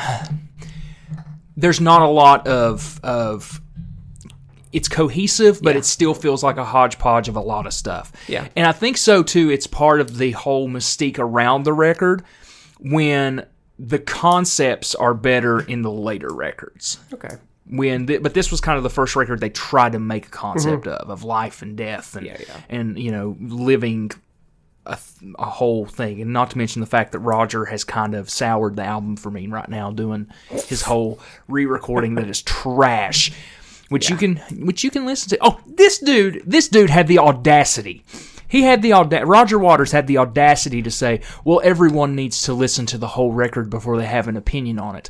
[SPEAKER 1] there's not a lot of of it's cohesive, but it still feels like a hodgepodge of a lot of stuff.
[SPEAKER 2] Yeah.
[SPEAKER 1] and I think so too. It's part of the whole mystique around the record when the concepts are better in the later records
[SPEAKER 2] Okay.
[SPEAKER 1] when th- but this was kind of the first record they tried to make a concept of of life and death and
[SPEAKER 2] Mm-hmm. Yeah, yeah.
[SPEAKER 1] and you know living a, th- a whole thing and not to mention the fact that Roger has kind of soured the album for me right now doing his whole re-recording that is trash which you can which you can listen to oh this dude this dude had the audacity he had the auda- Roger Waters had the audacity to say well everyone needs to listen to the whole record before they have an opinion on it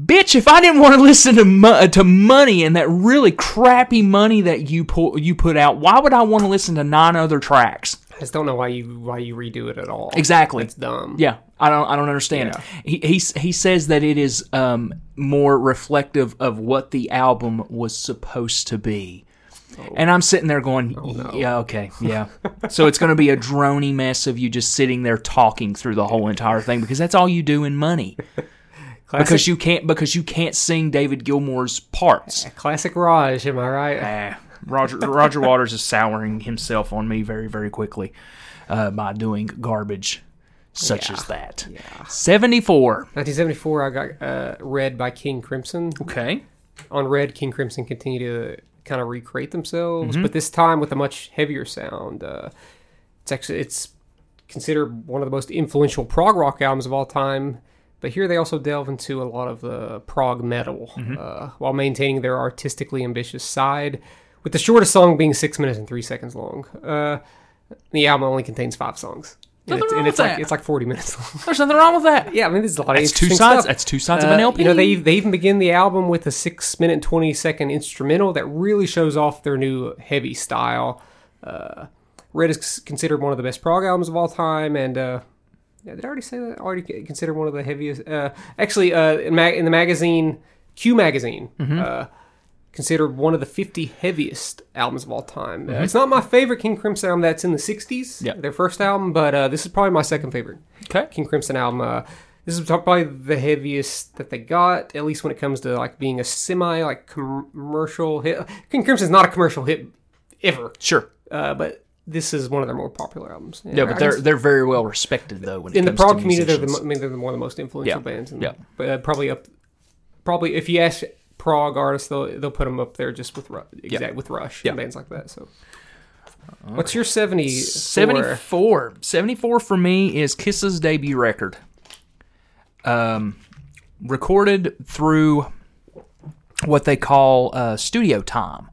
[SPEAKER 1] bitch if i didn't want to listen to mo- to money and that really crappy money that you pull you put out why would i want to listen to nine other tracks
[SPEAKER 2] I just don't know why you why you redo it at all.
[SPEAKER 1] exactly
[SPEAKER 2] It's dumb.
[SPEAKER 1] yeah i don't i don't understand it he, he s- he says that it is um more reflective of what the album was supposed to be and i'm sitting there going yeah okay yeah so it's going to be a drony mess of you just sitting there talking through the whole entire thing because that's all you do in money
[SPEAKER 2] Classic,
[SPEAKER 1] because you can't because you can't sing david gilmour's parts
[SPEAKER 2] classic Raj. Am I right?
[SPEAKER 1] Ah, Roger Roger Waters is souring himself on me very very quickly uh, by doing garbage such as that. Seventy four.
[SPEAKER 2] 1974. I got uh, read by King Crimson.
[SPEAKER 1] Okay.
[SPEAKER 2] on Red, King Crimson continue to kind of recreate themselves, but this time with a much heavier sound. Uh, it's actually it's considered one of the most influential prog rock albums of all time. But here they also delve into a lot of the prog metal uh, while maintaining their artistically ambitious side, with the shortest song being six minutes and three seconds long. Uh, the album only contains five songs, and,
[SPEAKER 1] Nothing
[SPEAKER 2] it's, and
[SPEAKER 1] wrong
[SPEAKER 2] it's
[SPEAKER 1] with
[SPEAKER 2] like
[SPEAKER 1] that.
[SPEAKER 2] it's like forty minutes long.
[SPEAKER 1] There's nothing wrong with that.
[SPEAKER 2] yeah, I mean, there's a lot
[SPEAKER 1] That's
[SPEAKER 2] of
[SPEAKER 1] two
[SPEAKER 2] interesting
[SPEAKER 1] sides.
[SPEAKER 2] Stuff.
[SPEAKER 1] That's two sides of an
[SPEAKER 2] Uh,
[SPEAKER 1] LP.
[SPEAKER 2] You know, they they even begin the album with a six minute twenty second instrumental that really shows off their new heavy style. Uh, Red is considered one of the best prog albums of all time, and uh, yeah, did I already say that? Already c- considered one of the heaviest. Uh, actually, uh, in, mag- in the magazine Q magazine.
[SPEAKER 1] Mm-hmm.
[SPEAKER 2] Uh, Considered one of the 50 heaviest albums of all time. Uh, it's not my favorite King Crimson album that's in the 60s,
[SPEAKER 1] Mm-hmm. Yeah.
[SPEAKER 2] their first album, but uh, this is probably my second favorite.
[SPEAKER 1] okay.
[SPEAKER 2] King Crimson album. Uh, this is probably the heaviest that they got, at least when it comes to like being a semi like com- commercial hit. King Crimson's not a commercial hit ever,
[SPEAKER 1] Sure.
[SPEAKER 2] uh, but this is one of their more popular albums.
[SPEAKER 1] Yeah, but
[SPEAKER 2] I
[SPEAKER 1] they're
[SPEAKER 2] guess
[SPEAKER 1] they're very well respected though. When it
[SPEAKER 2] in the
[SPEAKER 1] comes to
[SPEAKER 2] prog community. They're the,
[SPEAKER 1] musicians.
[SPEAKER 2] mo- I mean, they're the- one of the most
[SPEAKER 1] Yeah.
[SPEAKER 2] influential bands. And,
[SPEAKER 1] Yeah.
[SPEAKER 2] but uh, probably up, probably if you ask prog artists, they'll they'll put them up there just with Ru- exact with Rush
[SPEAKER 1] Yeah.
[SPEAKER 2] and bands like that. So, what's your seventy?
[SPEAKER 1] 74 74 for me is kiss's debut record um recorded through what they call uh studio time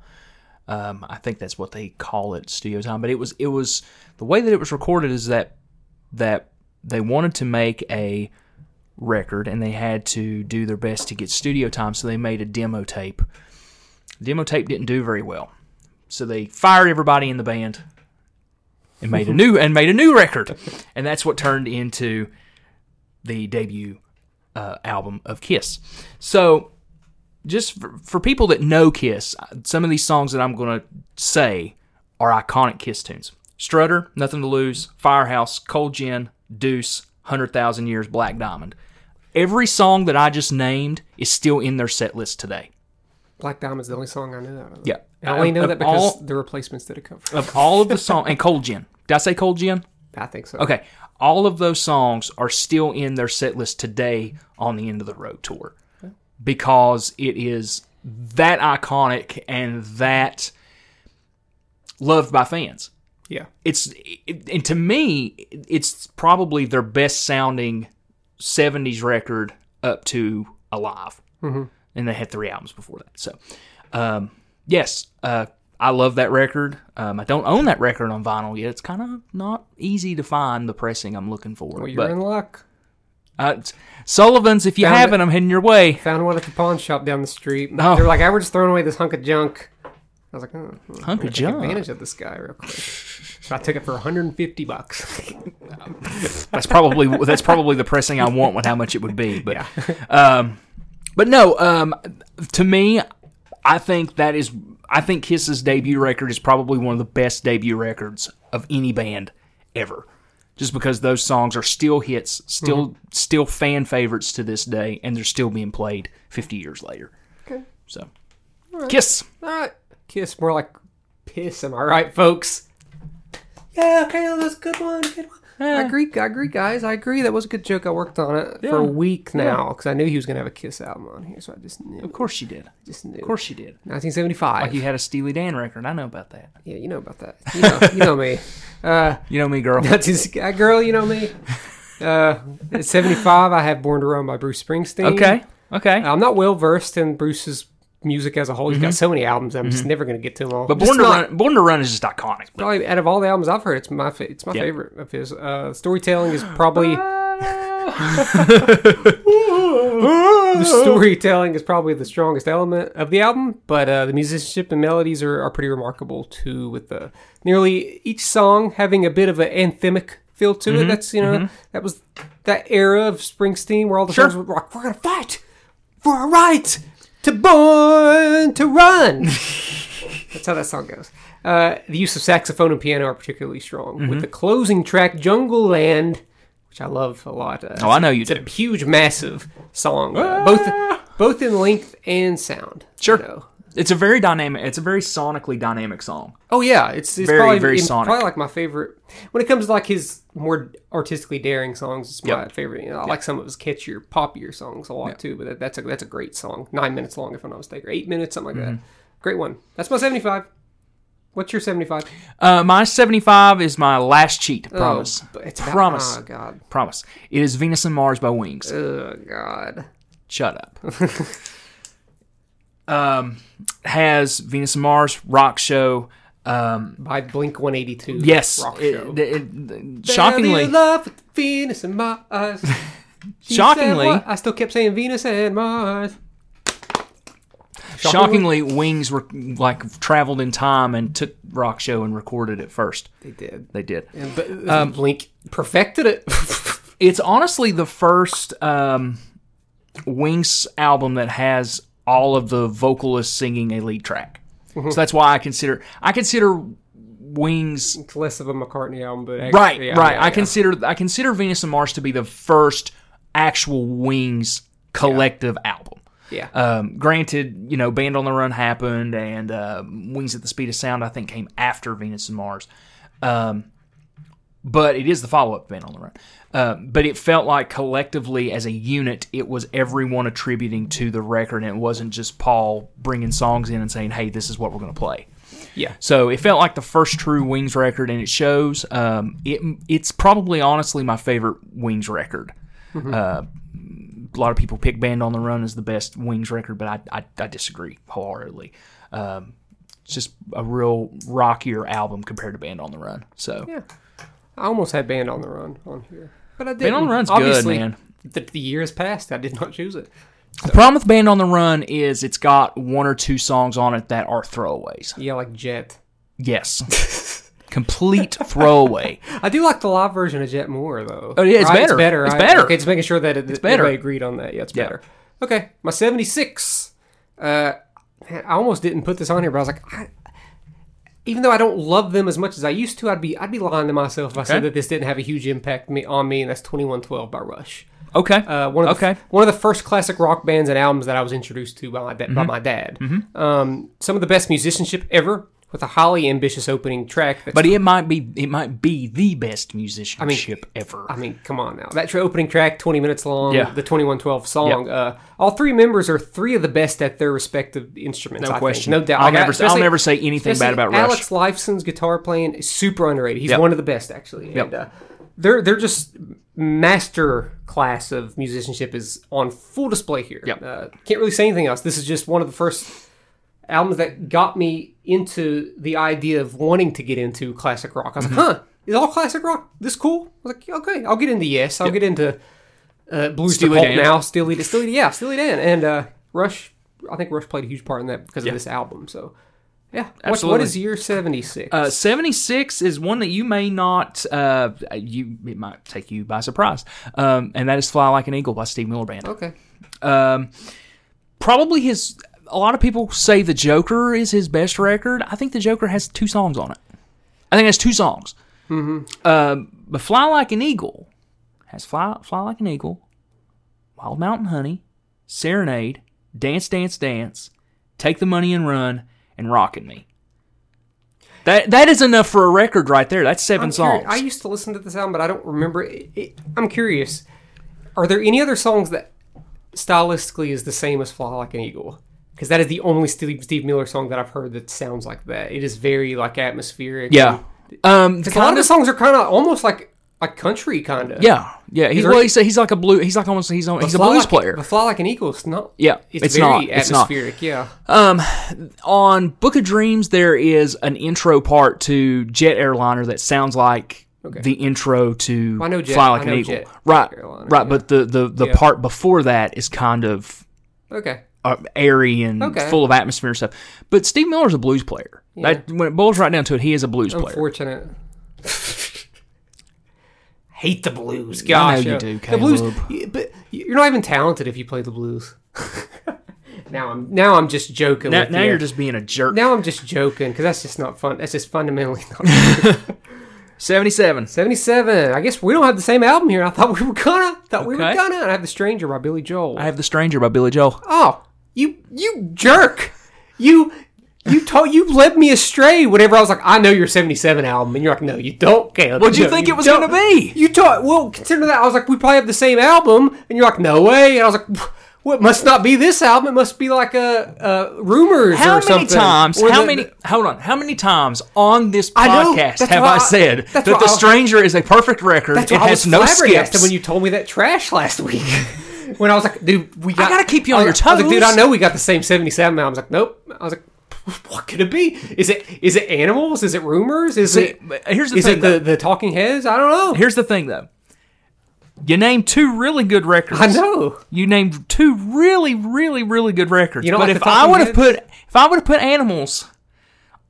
[SPEAKER 1] um i think that's what they call it studio time but it was it was the way that it was recorded is that that they wanted to make a record and they had to do their best to get studio time so they made a demo tape demo tape didn't do very well so they fired everybody in the band and made a new and made a new record, and that's what turned into the debut uh, album of Kiss. So, just for, for people that know Kiss, some of these songs that I'm going to say are iconic Kiss tunes: Strutter, Nothing to Lose, Firehouse, Cold Gin, Deuce, Hundred Thousand Years, Black Diamond. Every song that I just named is still in their set list today.
[SPEAKER 2] Black Diamond's the only song I knew out of. it.
[SPEAKER 1] Yeah.
[SPEAKER 2] And I only know
[SPEAKER 1] Of
[SPEAKER 2] that because
[SPEAKER 1] all-
[SPEAKER 2] the replacements did a cover.
[SPEAKER 1] Of all of the songs, and Cold Gin. Did I say Cold Gin?
[SPEAKER 2] I think so.
[SPEAKER 1] Okay, all of those songs are still in their set list today on the End of the Road tour because it is that iconic and that loved by fans.
[SPEAKER 2] Yeah.
[SPEAKER 1] It's it, and to me, it's probably their best sounding '70s record up to Alive, mm-hmm. and they had three albums before that. So, um, yes, uh, I love that record. Um, I don't own that record on vinyl yet. It's kind of not easy to find the pressing I'm looking for.
[SPEAKER 2] Well, you're
[SPEAKER 1] but
[SPEAKER 2] in luck.
[SPEAKER 1] uh, it's- Sullivan's, if you
[SPEAKER 2] Found
[SPEAKER 1] haven't, I'm heading your way.
[SPEAKER 2] Found one at the pawn shop down the street.
[SPEAKER 1] Oh.
[SPEAKER 2] They were like, I were just throwing away this hunk of junk. I was like, oh, I'm gonna
[SPEAKER 1] Hungry
[SPEAKER 2] take
[SPEAKER 1] John.
[SPEAKER 2] advantage of this guy real quick. So I took it for 150 bucks.
[SPEAKER 1] That's probably that's probably the pressing I want with how much it would be. But um, but no, um, to me, I think that is I think Kiss's debut record is probably one of the best debut records of any band ever. Just because those songs are still hits, still
[SPEAKER 2] Mm-hmm.
[SPEAKER 1] still fan favorites to this day, and they're still being played fifty years later.
[SPEAKER 2] Okay.
[SPEAKER 1] So Kiss.
[SPEAKER 2] Not kiss, more like piss. Am I right, folks? Yeah, okay, that was a good one. Good one. I agree, I agree, guys. I agree. That was a good joke. I worked on it for a week now because I knew he was gonna have a Kiss album on here, so I just knew.
[SPEAKER 1] Of course you did.
[SPEAKER 2] Just knew.
[SPEAKER 1] Of course you did.
[SPEAKER 2] 1975.
[SPEAKER 1] You had a Steely Dan record. I know about that.
[SPEAKER 2] yeah, you know about that. You know, you know me. Uh,
[SPEAKER 1] You know me, girl.
[SPEAKER 2] that's his uh, girl. You know me. Uh, at 75, I have Born to Run by Bruce Springsteen.
[SPEAKER 1] Okay. Okay.
[SPEAKER 2] I'm not well versed in Bruce's music as a whole. He's got so many albums. I'm just never gonna get to them all.
[SPEAKER 1] Mm-hmm. But
[SPEAKER 2] Just
[SPEAKER 1] Born to,
[SPEAKER 2] not-
[SPEAKER 1] Run, Born to Run is just iconic.
[SPEAKER 2] probably out of all the albums I've heard, it's my fa- it's my favorite of his. Uh, storytelling is probably
[SPEAKER 1] Uh,
[SPEAKER 2] the
[SPEAKER 1] Oh,
[SPEAKER 2] storytelling is probably the strongest element of the album, but uh, the musicianship and melodies are, are pretty remarkable too. With the nearly each song having a bit of an anthemic feel to it. That's you know that was that era of Springsteen where all the songs were like we're gonna fight for our right to born to run. That's how that song goes. Uh, the use of saxophone and piano are particularly strong. With the closing track, Jungle Land, which I love a lot. Uh,
[SPEAKER 1] Oh, I know you
[SPEAKER 2] it's a
[SPEAKER 1] do.
[SPEAKER 2] huge, massive song, uh, both both in length and sound.
[SPEAKER 1] Ah. Sure.
[SPEAKER 2] you know.
[SPEAKER 1] It's a very dynamic. It's a very sonically dynamic song.
[SPEAKER 2] Oh yeah, it's, it's
[SPEAKER 1] Very,
[SPEAKER 2] probably,
[SPEAKER 1] very
[SPEAKER 2] it's
[SPEAKER 1] sonic.
[SPEAKER 2] probably like my favorite when it comes to like his more artistically daring songs. It's my favorite. You know, I like some of his catchier, poppier songs a lot too. But that, that's a that's a great song. Nine minutes long, if I'm not mistaken, or eight minutes, something like that.
[SPEAKER 1] Mm-hmm.
[SPEAKER 2] Great one. That's my seventy-five. What's your seventy-five?
[SPEAKER 1] Uh, my 75 is my last cheat. Promise.
[SPEAKER 2] Oh, but it's about-
[SPEAKER 1] promise.
[SPEAKER 2] Oh God.
[SPEAKER 1] Promise. It is Venus and Mars by Wings.
[SPEAKER 2] Oh God.
[SPEAKER 1] Shut up. um, has Venus and Mars rock show. Um,
[SPEAKER 2] By Blink One Eighty Two.
[SPEAKER 1] yes.
[SPEAKER 2] Rock
[SPEAKER 1] it-
[SPEAKER 2] show.
[SPEAKER 1] it- it- shockingly,
[SPEAKER 2] Fell in love with Venus and Mars. She said
[SPEAKER 1] Shockingly-
[SPEAKER 2] what? I still kept saying Venus and Mars.
[SPEAKER 1] shockingly, Wings were like traveled in time and took rock show and recorded it first.
[SPEAKER 2] They did.
[SPEAKER 1] They did.
[SPEAKER 2] And but
[SPEAKER 1] Um,
[SPEAKER 2] Blink perfected it.
[SPEAKER 1] it's honestly the first um, Wings album that has all of the vocalists singing a lead track. So that's why I consider I consider Wings
[SPEAKER 2] it's less of a McCartney album, but actually,
[SPEAKER 1] right
[SPEAKER 2] yeah,
[SPEAKER 1] right
[SPEAKER 2] yeah,
[SPEAKER 1] I
[SPEAKER 2] yeah.
[SPEAKER 1] consider I consider Venus and Mars to be the first actual Wings collective album.
[SPEAKER 2] Yeah,
[SPEAKER 1] Um, granted, you know, Band on the Run happened, and uh, Wings at the Speed of Sound, I think, came after Venus and Mars. Um, but it is the follow up Band on the Run. Uh, but it felt like collectively as a unit, it was everyone attributing to the record, and it wasn't just Paul bringing songs in and saying, "Hey, this is what we're going to play."
[SPEAKER 2] yeah.
[SPEAKER 1] So it felt like the first true Wings record, and it shows. Um, it it's probably honestly my favorite Wings record.
[SPEAKER 2] Mm-hmm.
[SPEAKER 1] Uh, a lot of people pick Band on the Run as the best Wings record, but I I, I disagree wholeheartedly. Um, it's just a real rockier album compared to Band on the Run. So
[SPEAKER 2] Yeah. I almost had Band on the Run on here, but I didn't.
[SPEAKER 1] on the Run's good,
[SPEAKER 2] Obviously,
[SPEAKER 1] man.
[SPEAKER 2] The, the year has passed. I did not choose it.
[SPEAKER 1] the problem with Band on the Run is it's got one or two songs on it that are throwaways.
[SPEAKER 2] Yeah, like Jet.
[SPEAKER 1] Yes, complete throwaway.
[SPEAKER 2] I do like the live version of Jet more though.
[SPEAKER 1] Oh, yeah, it's
[SPEAKER 2] Right?
[SPEAKER 1] better.
[SPEAKER 2] It's better.
[SPEAKER 1] It's
[SPEAKER 2] right?
[SPEAKER 1] better.
[SPEAKER 2] Okay, it's making sure that it, it's
[SPEAKER 1] better.
[SPEAKER 2] agreed on that. Yeah, it's better. Okay, my seventy six. Uh, man, I almost didn't put this on here, but I was like, I, even though I don't love them as much as I used to, I'd be I'd be lying to myself if I said
[SPEAKER 1] Okay.
[SPEAKER 2] that this didn't have a huge impact me, on me, and that's twenty one twelve by Rush.
[SPEAKER 1] Okay,
[SPEAKER 2] Uh, one of the,
[SPEAKER 1] okay.
[SPEAKER 2] one of the first classic rock bands and albums that I was introduced to by my, da-
[SPEAKER 1] Mm-hmm.
[SPEAKER 2] by my dad. Um, some of the best musicianship ever with a highly ambitious opening track. That's
[SPEAKER 1] But it might be it might be the best musicianship ever.
[SPEAKER 2] I mean, come on now. That tra- opening track, 20 minutes long,
[SPEAKER 1] Yeah.
[SPEAKER 2] the 2112 song. Uh, all three members are three of the best at their respective instruments.
[SPEAKER 1] No
[SPEAKER 2] I
[SPEAKER 1] question.
[SPEAKER 2] Think. No doubt.
[SPEAKER 1] I'll
[SPEAKER 2] Like, I-
[SPEAKER 1] never. I'll
[SPEAKER 2] especially-
[SPEAKER 1] never say anything bad
[SPEAKER 2] especially
[SPEAKER 1] about Rush.
[SPEAKER 2] Alex Lifeson's guitar playing is super underrated. He's
[SPEAKER 1] Yep.
[SPEAKER 2] one of the best, actually. And, uh, they're, they're just master class of musicianship is on full display here.
[SPEAKER 1] Yep.
[SPEAKER 2] Uh, can't really say anything else. This is just one of the first albums that got me into the idea of wanting to get into classic rock. I was
[SPEAKER 1] Mm-hmm.
[SPEAKER 2] like, huh, is all classic rock this cool? I was like, okay, I'll get into Yes, I'll get into uh, Blues
[SPEAKER 1] Steely
[SPEAKER 2] Steely
[SPEAKER 1] Dan.
[SPEAKER 2] now, Steely, Steely, yeah, Steely Dan, and uh, Rush. I think Rush played a huge part in that because of this album. So Yeah, what, what
[SPEAKER 1] Absolutely.
[SPEAKER 2] is year seventy six?
[SPEAKER 1] Uh, 76 is one that you may not, uh, you it might take you by surprise. Um, and that is Fly Like an Eagle by Steve Miller Band.
[SPEAKER 2] okay,
[SPEAKER 1] Um, probably his, a lot of people say The Joker is his best record. I think The Joker has two songs on it. I think it has two songs. Mm-hmm. Um, but Fly Like an Eagle has Fly, Fly Like an Eagle, Wild Mountain Honey, Serenade, Dance, Dance, Dance, Take the Money and Run, and Rockin' Me. That that is enough for a record right there. That's 7
[SPEAKER 2] I'm
[SPEAKER 1] songs.
[SPEAKER 2] curi- I used to listen to this album, but I don't remember. It, it, I'm curious. Are there any other songs that stylistically is the same as "Fly Like an Eagle"? Because that is the only Steve, Steve Miller song that I've heard that sounds like that. It is very like atmospheric.
[SPEAKER 1] yeah. Um,
[SPEAKER 2] because a lot of the songs are kind of almost like like country kind of.
[SPEAKER 1] Yeah, yeah. He's
[SPEAKER 2] He's-
[SPEAKER 1] well, he's, he's like a blue. He's like almost he's on, he's a blues player.
[SPEAKER 2] But "Fly Like an Eagle" is not.
[SPEAKER 1] Yeah,
[SPEAKER 2] it's,
[SPEAKER 1] it's
[SPEAKER 2] very
[SPEAKER 1] not, it's not.
[SPEAKER 2] atmospheric. Yeah.
[SPEAKER 1] Um, on Book of Dreams, there is an intro part to Jet Airliner that sounds like
[SPEAKER 2] Okay.
[SPEAKER 1] the intro to
[SPEAKER 2] I know Jet-
[SPEAKER 1] Fly Like
[SPEAKER 2] I
[SPEAKER 1] an
[SPEAKER 2] know
[SPEAKER 1] Eagle.
[SPEAKER 2] Jet
[SPEAKER 1] right,
[SPEAKER 2] Airliner,
[SPEAKER 1] right.
[SPEAKER 2] yeah.
[SPEAKER 1] But the the the
[SPEAKER 2] Yeah.
[SPEAKER 1] part before that is kind of
[SPEAKER 2] Okay.
[SPEAKER 1] uh, airy and
[SPEAKER 2] Okay.
[SPEAKER 1] full of atmosphere and stuff. But Steve Miller's a blues player. That when it boils right down to it, he is a blues player.
[SPEAKER 2] Unfortunate. Hate the blues.
[SPEAKER 1] I know
[SPEAKER 2] Gosh,
[SPEAKER 1] you
[SPEAKER 2] yeah.
[SPEAKER 1] do,
[SPEAKER 2] The blues,
[SPEAKER 1] Caleb.
[SPEAKER 2] y- but you're not even talented if you play the blues. now I'm now I'm just joking.
[SPEAKER 1] Now,
[SPEAKER 2] with
[SPEAKER 1] now
[SPEAKER 2] you.
[SPEAKER 1] you're just being a jerk.
[SPEAKER 2] now I'm just joking because that's just not fun. That's just fundamentally not.
[SPEAKER 1] Seventy-seven.
[SPEAKER 2] Seventy-seven. I guess we don't have the same album here. I thought we were gonna. Thought we were
[SPEAKER 1] Okay.
[SPEAKER 2] gonna. I have the Stranger by Billy Joel.
[SPEAKER 1] I have the Stranger by Billy Joel.
[SPEAKER 2] oh, you you jerk! You you told you led me astray. Whenever I was like, I know your '77 album, and you're like, No, you don't, Caleb.
[SPEAKER 1] What'd you
[SPEAKER 2] No,
[SPEAKER 1] think it was
[SPEAKER 2] don't."
[SPEAKER 1] gonna be?
[SPEAKER 2] You taught well. Consider that I was like, we probably have the same album, and you're like, no way. And I was like, well, it must not be this album. It must be like a, a rumors
[SPEAKER 1] How
[SPEAKER 2] or
[SPEAKER 1] many
[SPEAKER 2] something.
[SPEAKER 1] times?
[SPEAKER 2] Or
[SPEAKER 1] how
[SPEAKER 2] the-
[SPEAKER 1] many? Hold on. How many times on this
[SPEAKER 2] I know,
[SPEAKER 1] podcast
[SPEAKER 2] that's
[SPEAKER 1] have
[SPEAKER 2] why
[SPEAKER 1] I
[SPEAKER 2] I-
[SPEAKER 1] said
[SPEAKER 2] that's
[SPEAKER 1] that
[SPEAKER 2] why
[SPEAKER 1] the
[SPEAKER 2] I-
[SPEAKER 1] Stranger is a perfect record?
[SPEAKER 2] That's
[SPEAKER 1] it
[SPEAKER 2] why I
[SPEAKER 1] has
[SPEAKER 2] was
[SPEAKER 1] no
[SPEAKER 2] flabbergasted
[SPEAKER 1] skips.
[SPEAKER 2] when you told me that trash last week. when I was like, dude, we got,
[SPEAKER 1] gotta keep you on
[SPEAKER 2] I was
[SPEAKER 1] your
[SPEAKER 2] like- I was like, dude,
[SPEAKER 1] toes.
[SPEAKER 2] I know we got the same '77 album. I was like, nope. I was like. What could it be? Is it is it animals? Is it rumors? Is
[SPEAKER 1] See,
[SPEAKER 2] it
[SPEAKER 1] but here's the
[SPEAKER 2] is
[SPEAKER 1] thing.
[SPEAKER 2] it the,
[SPEAKER 1] though.
[SPEAKER 2] the talking heads? I don't know.
[SPEAKER 1] here's the thing, though. You named two really good records.
[SPEAKER 2] I know.
[SPEAKER 1] You named two really, really, really good records.
[SPEAKER 2] don't
[SPEAKER 1] but
[SPEAKER 2] like
[SPEAKER 1] if
[SPEAKER 2] the
[SPEAKER 1] I
[SPEAKER 2] Talking
[SPEAKER 1] would have
[SPEAKER 2] Heads?
[SPEAKER 1] put if I would have put Animals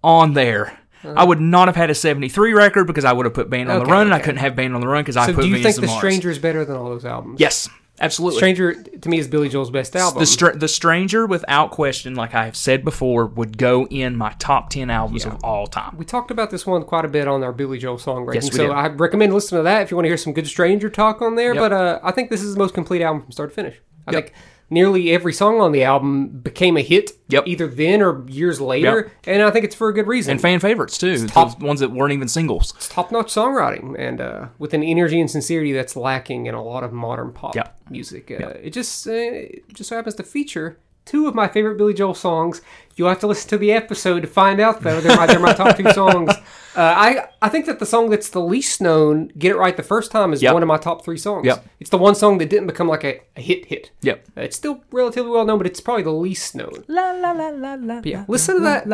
[SPEAKER 1] on there, I would not have had a '73 record because I would have put Band on the
[SPEAKER 2] Uh-huh. Okay,
[SPEAKER 1] Run, and I
[SPEAKER 2] okay.
[SPEAKER 1] couldn't have Band on the Run because I
[SPEAKER 2] So
[SPEAKER 1] put
[SPEAKER 2] do you
[SPEAKER 1] Venus
[SPEAKER 2] think
[SPEAKER 1] and
[SPEAKER 2] the
[SPEAKER 1] Mars.
[SPEAKER 2] Stranger is better than all those albums?
[SPEAKER 1] Yes, absolutely.
[SPEAKER 2] Stranger to me is Billy Joel's best album.
[SPEAKER 1] The, str- the Stranger, without question, like I have said before, would go in my top 10 albums of all time.
[SPEAKER 2] we talked about this one quite a bit on our Billy Joel song ranking,
[SPEAKER 1] Yes, we
[SPEAKER 2] so
[SPEAKER 1] did.
[SPEAKER 2] I recommend listening to that if you want to hear some good Stranger talk on there. But uh, I think this is the most complete album from start to finish. I
[SPEAKER 1] Yep.
[SPEAKER 2] think nearly every song on the album became a hit,
[SPEAKER 1] Yep.
[SPEAKER 2] either then or years later, and I think it's for a good reason.
[SPEAKER 1] And fan favorites, too.
[SPEAKER 2] top-
[SPEAKER 1] the ones that weren't even singles.
[SPEAKER 2] it's top-notch songwriting, and uh, with an energy and sincerity that's lacking in a lot of modern pop
[SPEAKER 1] Yep.
[SPEAKER 2] music. Uh, It just uh, it just so happens to feature two of my favorite Billy Joel songs. You'll have to listen to the episode to find out, though. They're my, they're my top two songs. Uh, I I think that the song that's the least known, "Get It Right the First Time," is
[SPEAKER 1] Yep.
[SPEAKER 2] one of my top three songs.
[SPEAKER 1] Yep.
[SPEAKER 2] It's the one song that didn't become like a, a hit hit.
[SPEAKER 1] Yep.
[SPEAKER 2] Uh, It's still relatively well known, but it's probably the least known.
[SPEAKER 1] La, la, la, la, la,
[SPEAKER 2] Yeah, listen to that.